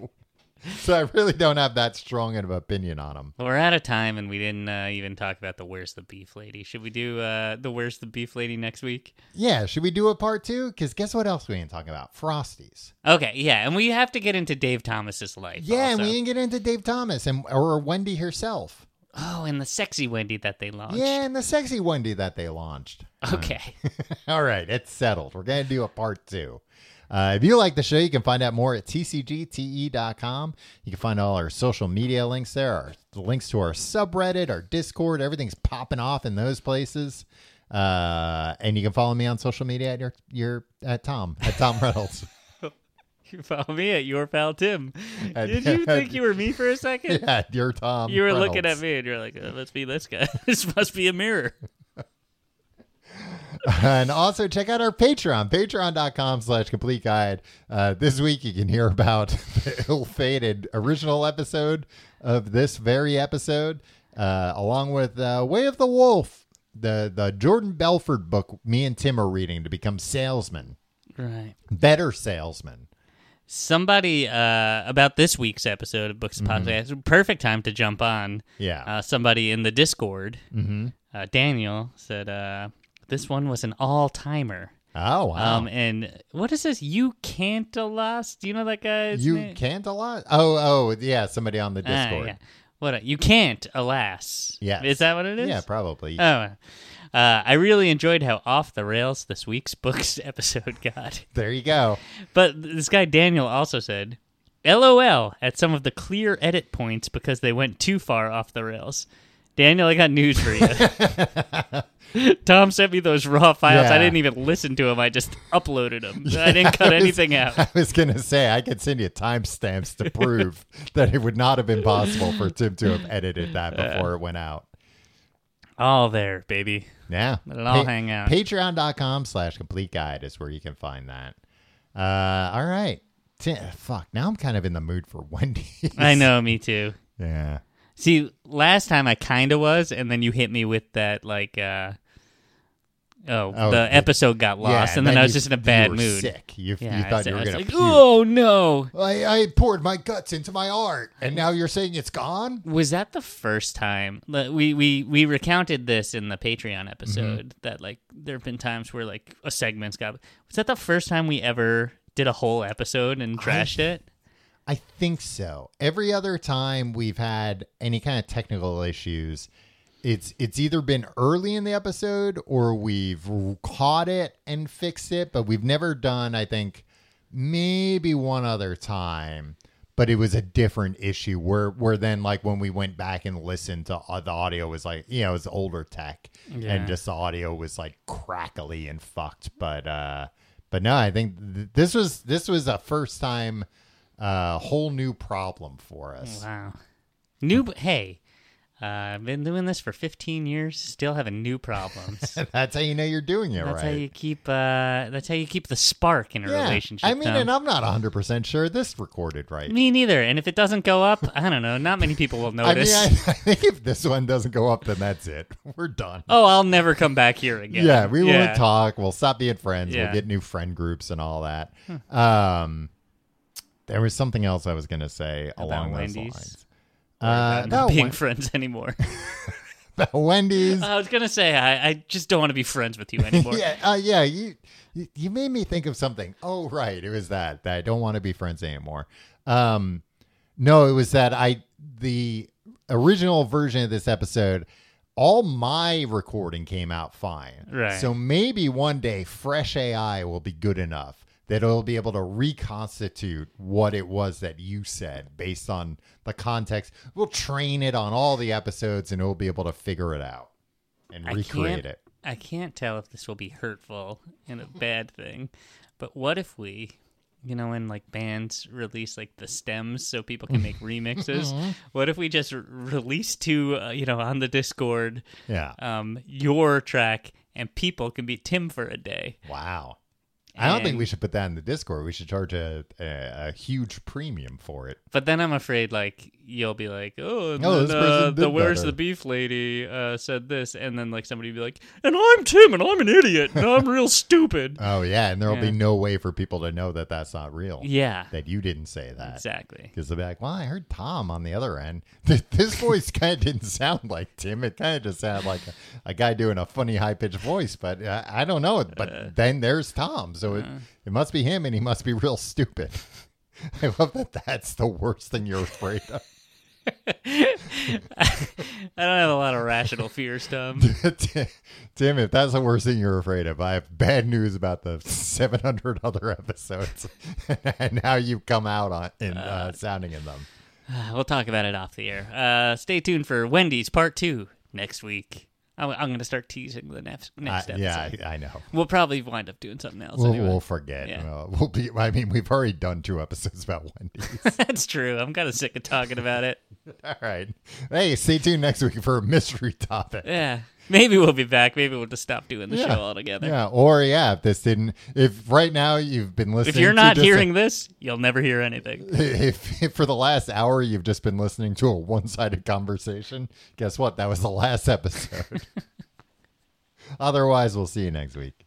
so I really don't have that strong of an opinion on them.
Well, we're out of time, and we didn't uh, even talk about the where's the beef lady. Should we do uh, the where's the beef lady next week?
Yeah, should we do a part two? Because guess what else we ain't talking about? Frosties.
Okay, yeah, and we have to get into Dave Thomas's life.
Yeah, and we
also.
didn't get into Dave Thomas and or Wendy herself.
oh, and the sexy Wendy that they launched.
Yeah, and the sexy Wendy that they launched.
Okay.
All right, it's settled. We're going to do a part two. Uh, if you like the show, you can find out more at tcgte.com. E You can find all our social media links there, our the links to our subreddit, our Discord. Everything's popping off in those places. Uh, and you can follow me on social media at your, your at Tom at Tom Reynolds.
You follow me at your pal Tim.
I
Did you
did.
think you were me for a second?
yeah, your Tom.
You were looking at
Reynolds.
me and you're like, oh, let's be this guy. this must be a mirror.
and also check out our patreon patreon.com slash complete guide uh, this week you can hear about the ill-fated original episode of this very episode uh, along with uh, way of the wolf the, the jordan belford book me and tim are reading to become salesmen
Right.
better salesmen
Somebody uh, about this week's episode of Books and Podcast, perfect time to jump on.
Mm-hmm. Yeah.
Uh, somebody in the Discord, mm-hmm. uh, Daniel, said uh, this one was an all timer.
oh wow
Um, and what is this? You can't lost. Do you know that guy's
you
name?
can't a lot oh oh yeah somebody on the
Ah,
discord
yeah. What? A, you can't, alas.
Yes.
Is that what it is?
yeah probably
Oh, uh, I really enjoyed how off the rails this week's books episode got.
there you go
But this guy Daniel also said, "LOL" at some of the clear edit points because they went too far off the rails. Daniel, I got news for you. Tom sent me those raw files.
Yeah.
I didn't even listen to them. I just uploaded them. I didn't cut anything out.
I was gonna say I could send you timestamps to prove that it would not have been possible for Tim to have edited that before it went out.
All there, baby.
Yeah.
Let it all hang out.
Patreon.com slash complete guide is where you can find that. Uh all right. Ti- fuck. Now I'm kind of in the mood for Wendy's.
I know, me too.
Yeah.
See, last time I kind of was, and then you hit me with that like, uh, oh,
Oh,
the
the-
episode got lost,
yeah,
and then, I was
you-
just in a
you
bad
were
mood.
Sick. You,
Yeah,
you
I
thought
said-
you were
I was
gonna
like,
puke.
oh no!
I, I poured my guts into my art, and now you're saying it's gone?
Was that the first time like, we we we recounted this in the
Mm-hmm.
Patreon episode that like there have been times where like a segment's got was that the first time we ever did a whole episode and trashed it?
I think so. Every other time we've had any kind of technical issues, it's it's either been early in the episode or we've caught it and fixed it, but we've never done I think maybe one other time, but it was a different issue where where then like when we went back and listened to uh, the audio was like, you know, it was older tech and just the audio was like crackly and fucked, but uh but no, I think th- this was this was a first time uh whole new problem for us.
Wow, new hey, Uh, I've been doing this for 15 years, still having new problems.
That's how you know you're doing it
that's
right.
how you keep. Uh, that's how you keep the spark in a
yeah.
relationship.
I mean,
Tom.
and I'm not 100% sure this recorded right.
me neither. And if it doesn't go up, I don't know. Not many people will
I mean,
notice.
I, I think if this one doesn't go up, then that's it. We're done.
Oh, I'll never come back here
Yeah,
again.
we won't talk. We'll stop being friends.
Yeah. Hmm.
We'll get new friend groups and all that. Um, there was something else I was going to say along those
Wendy's?
lines. Uh,
I'm
no,
not being
Wen-
friends anymore.
about Wendy's.
I was gonna say I, I just don't want to be friends with you anymore.
yeah, uh, yeah. You you you made me think of something. Oh, right, it was that that I don't want to be friends anymore. Um, no, it was that I the original version of this episode. All my recording came out fine.
Right.
So maybe one day fresh AI will be good enough that it'll be able to reconstitute what it was that you said based on the context. We'll train it on all the episodes and it'll be able to figure it out and
I
recreate
can't,
it.
I can't tell if this will be hurtful and a bad thing, but what if we, you know, when like bands release like the stems so people can make remixes,
Mm-hmm.
what if we just r- release to uh, you know on the Discord,
Yeah.
um, your track and people can be Tim for a day.
Wow. I don't think
And-
we should put that in the Discord. We should charge a, a, a huge premium for it.
But then I'm afraid, like you'll be like, oh, and
No,
then,
this
uh,
person
the
did
where's
better.
the beef lady uh, said this, and then like somebody be like, and I'm Tim, and I'm an idiot, and I'm real stupid.
Oh, yeah. And there will be
Yeah.
no way for people to know that that's not real.
Yeah,
That you didn't say that.
exactly.
Because they'll be like, well, I heard Tom on the other end. Th- This voice kind of didn't sound like Tim. It kind of just sounded like a, a guy doing a funny, high pitched voice. But uh, I don't know. But then there's Tom. So
Uh.
it, it must be him and he must be real stupid. I love that that's the worst thing you're afraid of.
I don't have a lot of rational fears, Tom.
Tim, Tim, if that's the worst thing you're afraid of, I have bad news about the 700 other episodes and how you've come out on in uh, sounding in them.
Uh, we'll talk about it off the air. Uh, stay tuned for Wendy's part two next week. I'm, I'm going to start teasing the next next
I-
episode.
yeah, I, I know.
We'll probably wind up doing something else.
We'll,
anyway.
we'll forget.
Yeah.
We'll, we'll be. I mean, we've already done two episodes about Wendy's.
That's true. I'm kind of sick of talking about it.
All right. Hey, stay tuned next week for a mystery topic.
Yeah. Maybe we'll be back. Maybe we'll just stop doing the show altogether.
Yeah. Or yeah, if this didn't, if right now you've been listening,
If you're
to
not
just a-
hearing this, you'll never hear anything.
if, if for the last hour you've just been listening to a one-sided conversation, guess what? That was the last episode. Otherwise, we'll see you next week.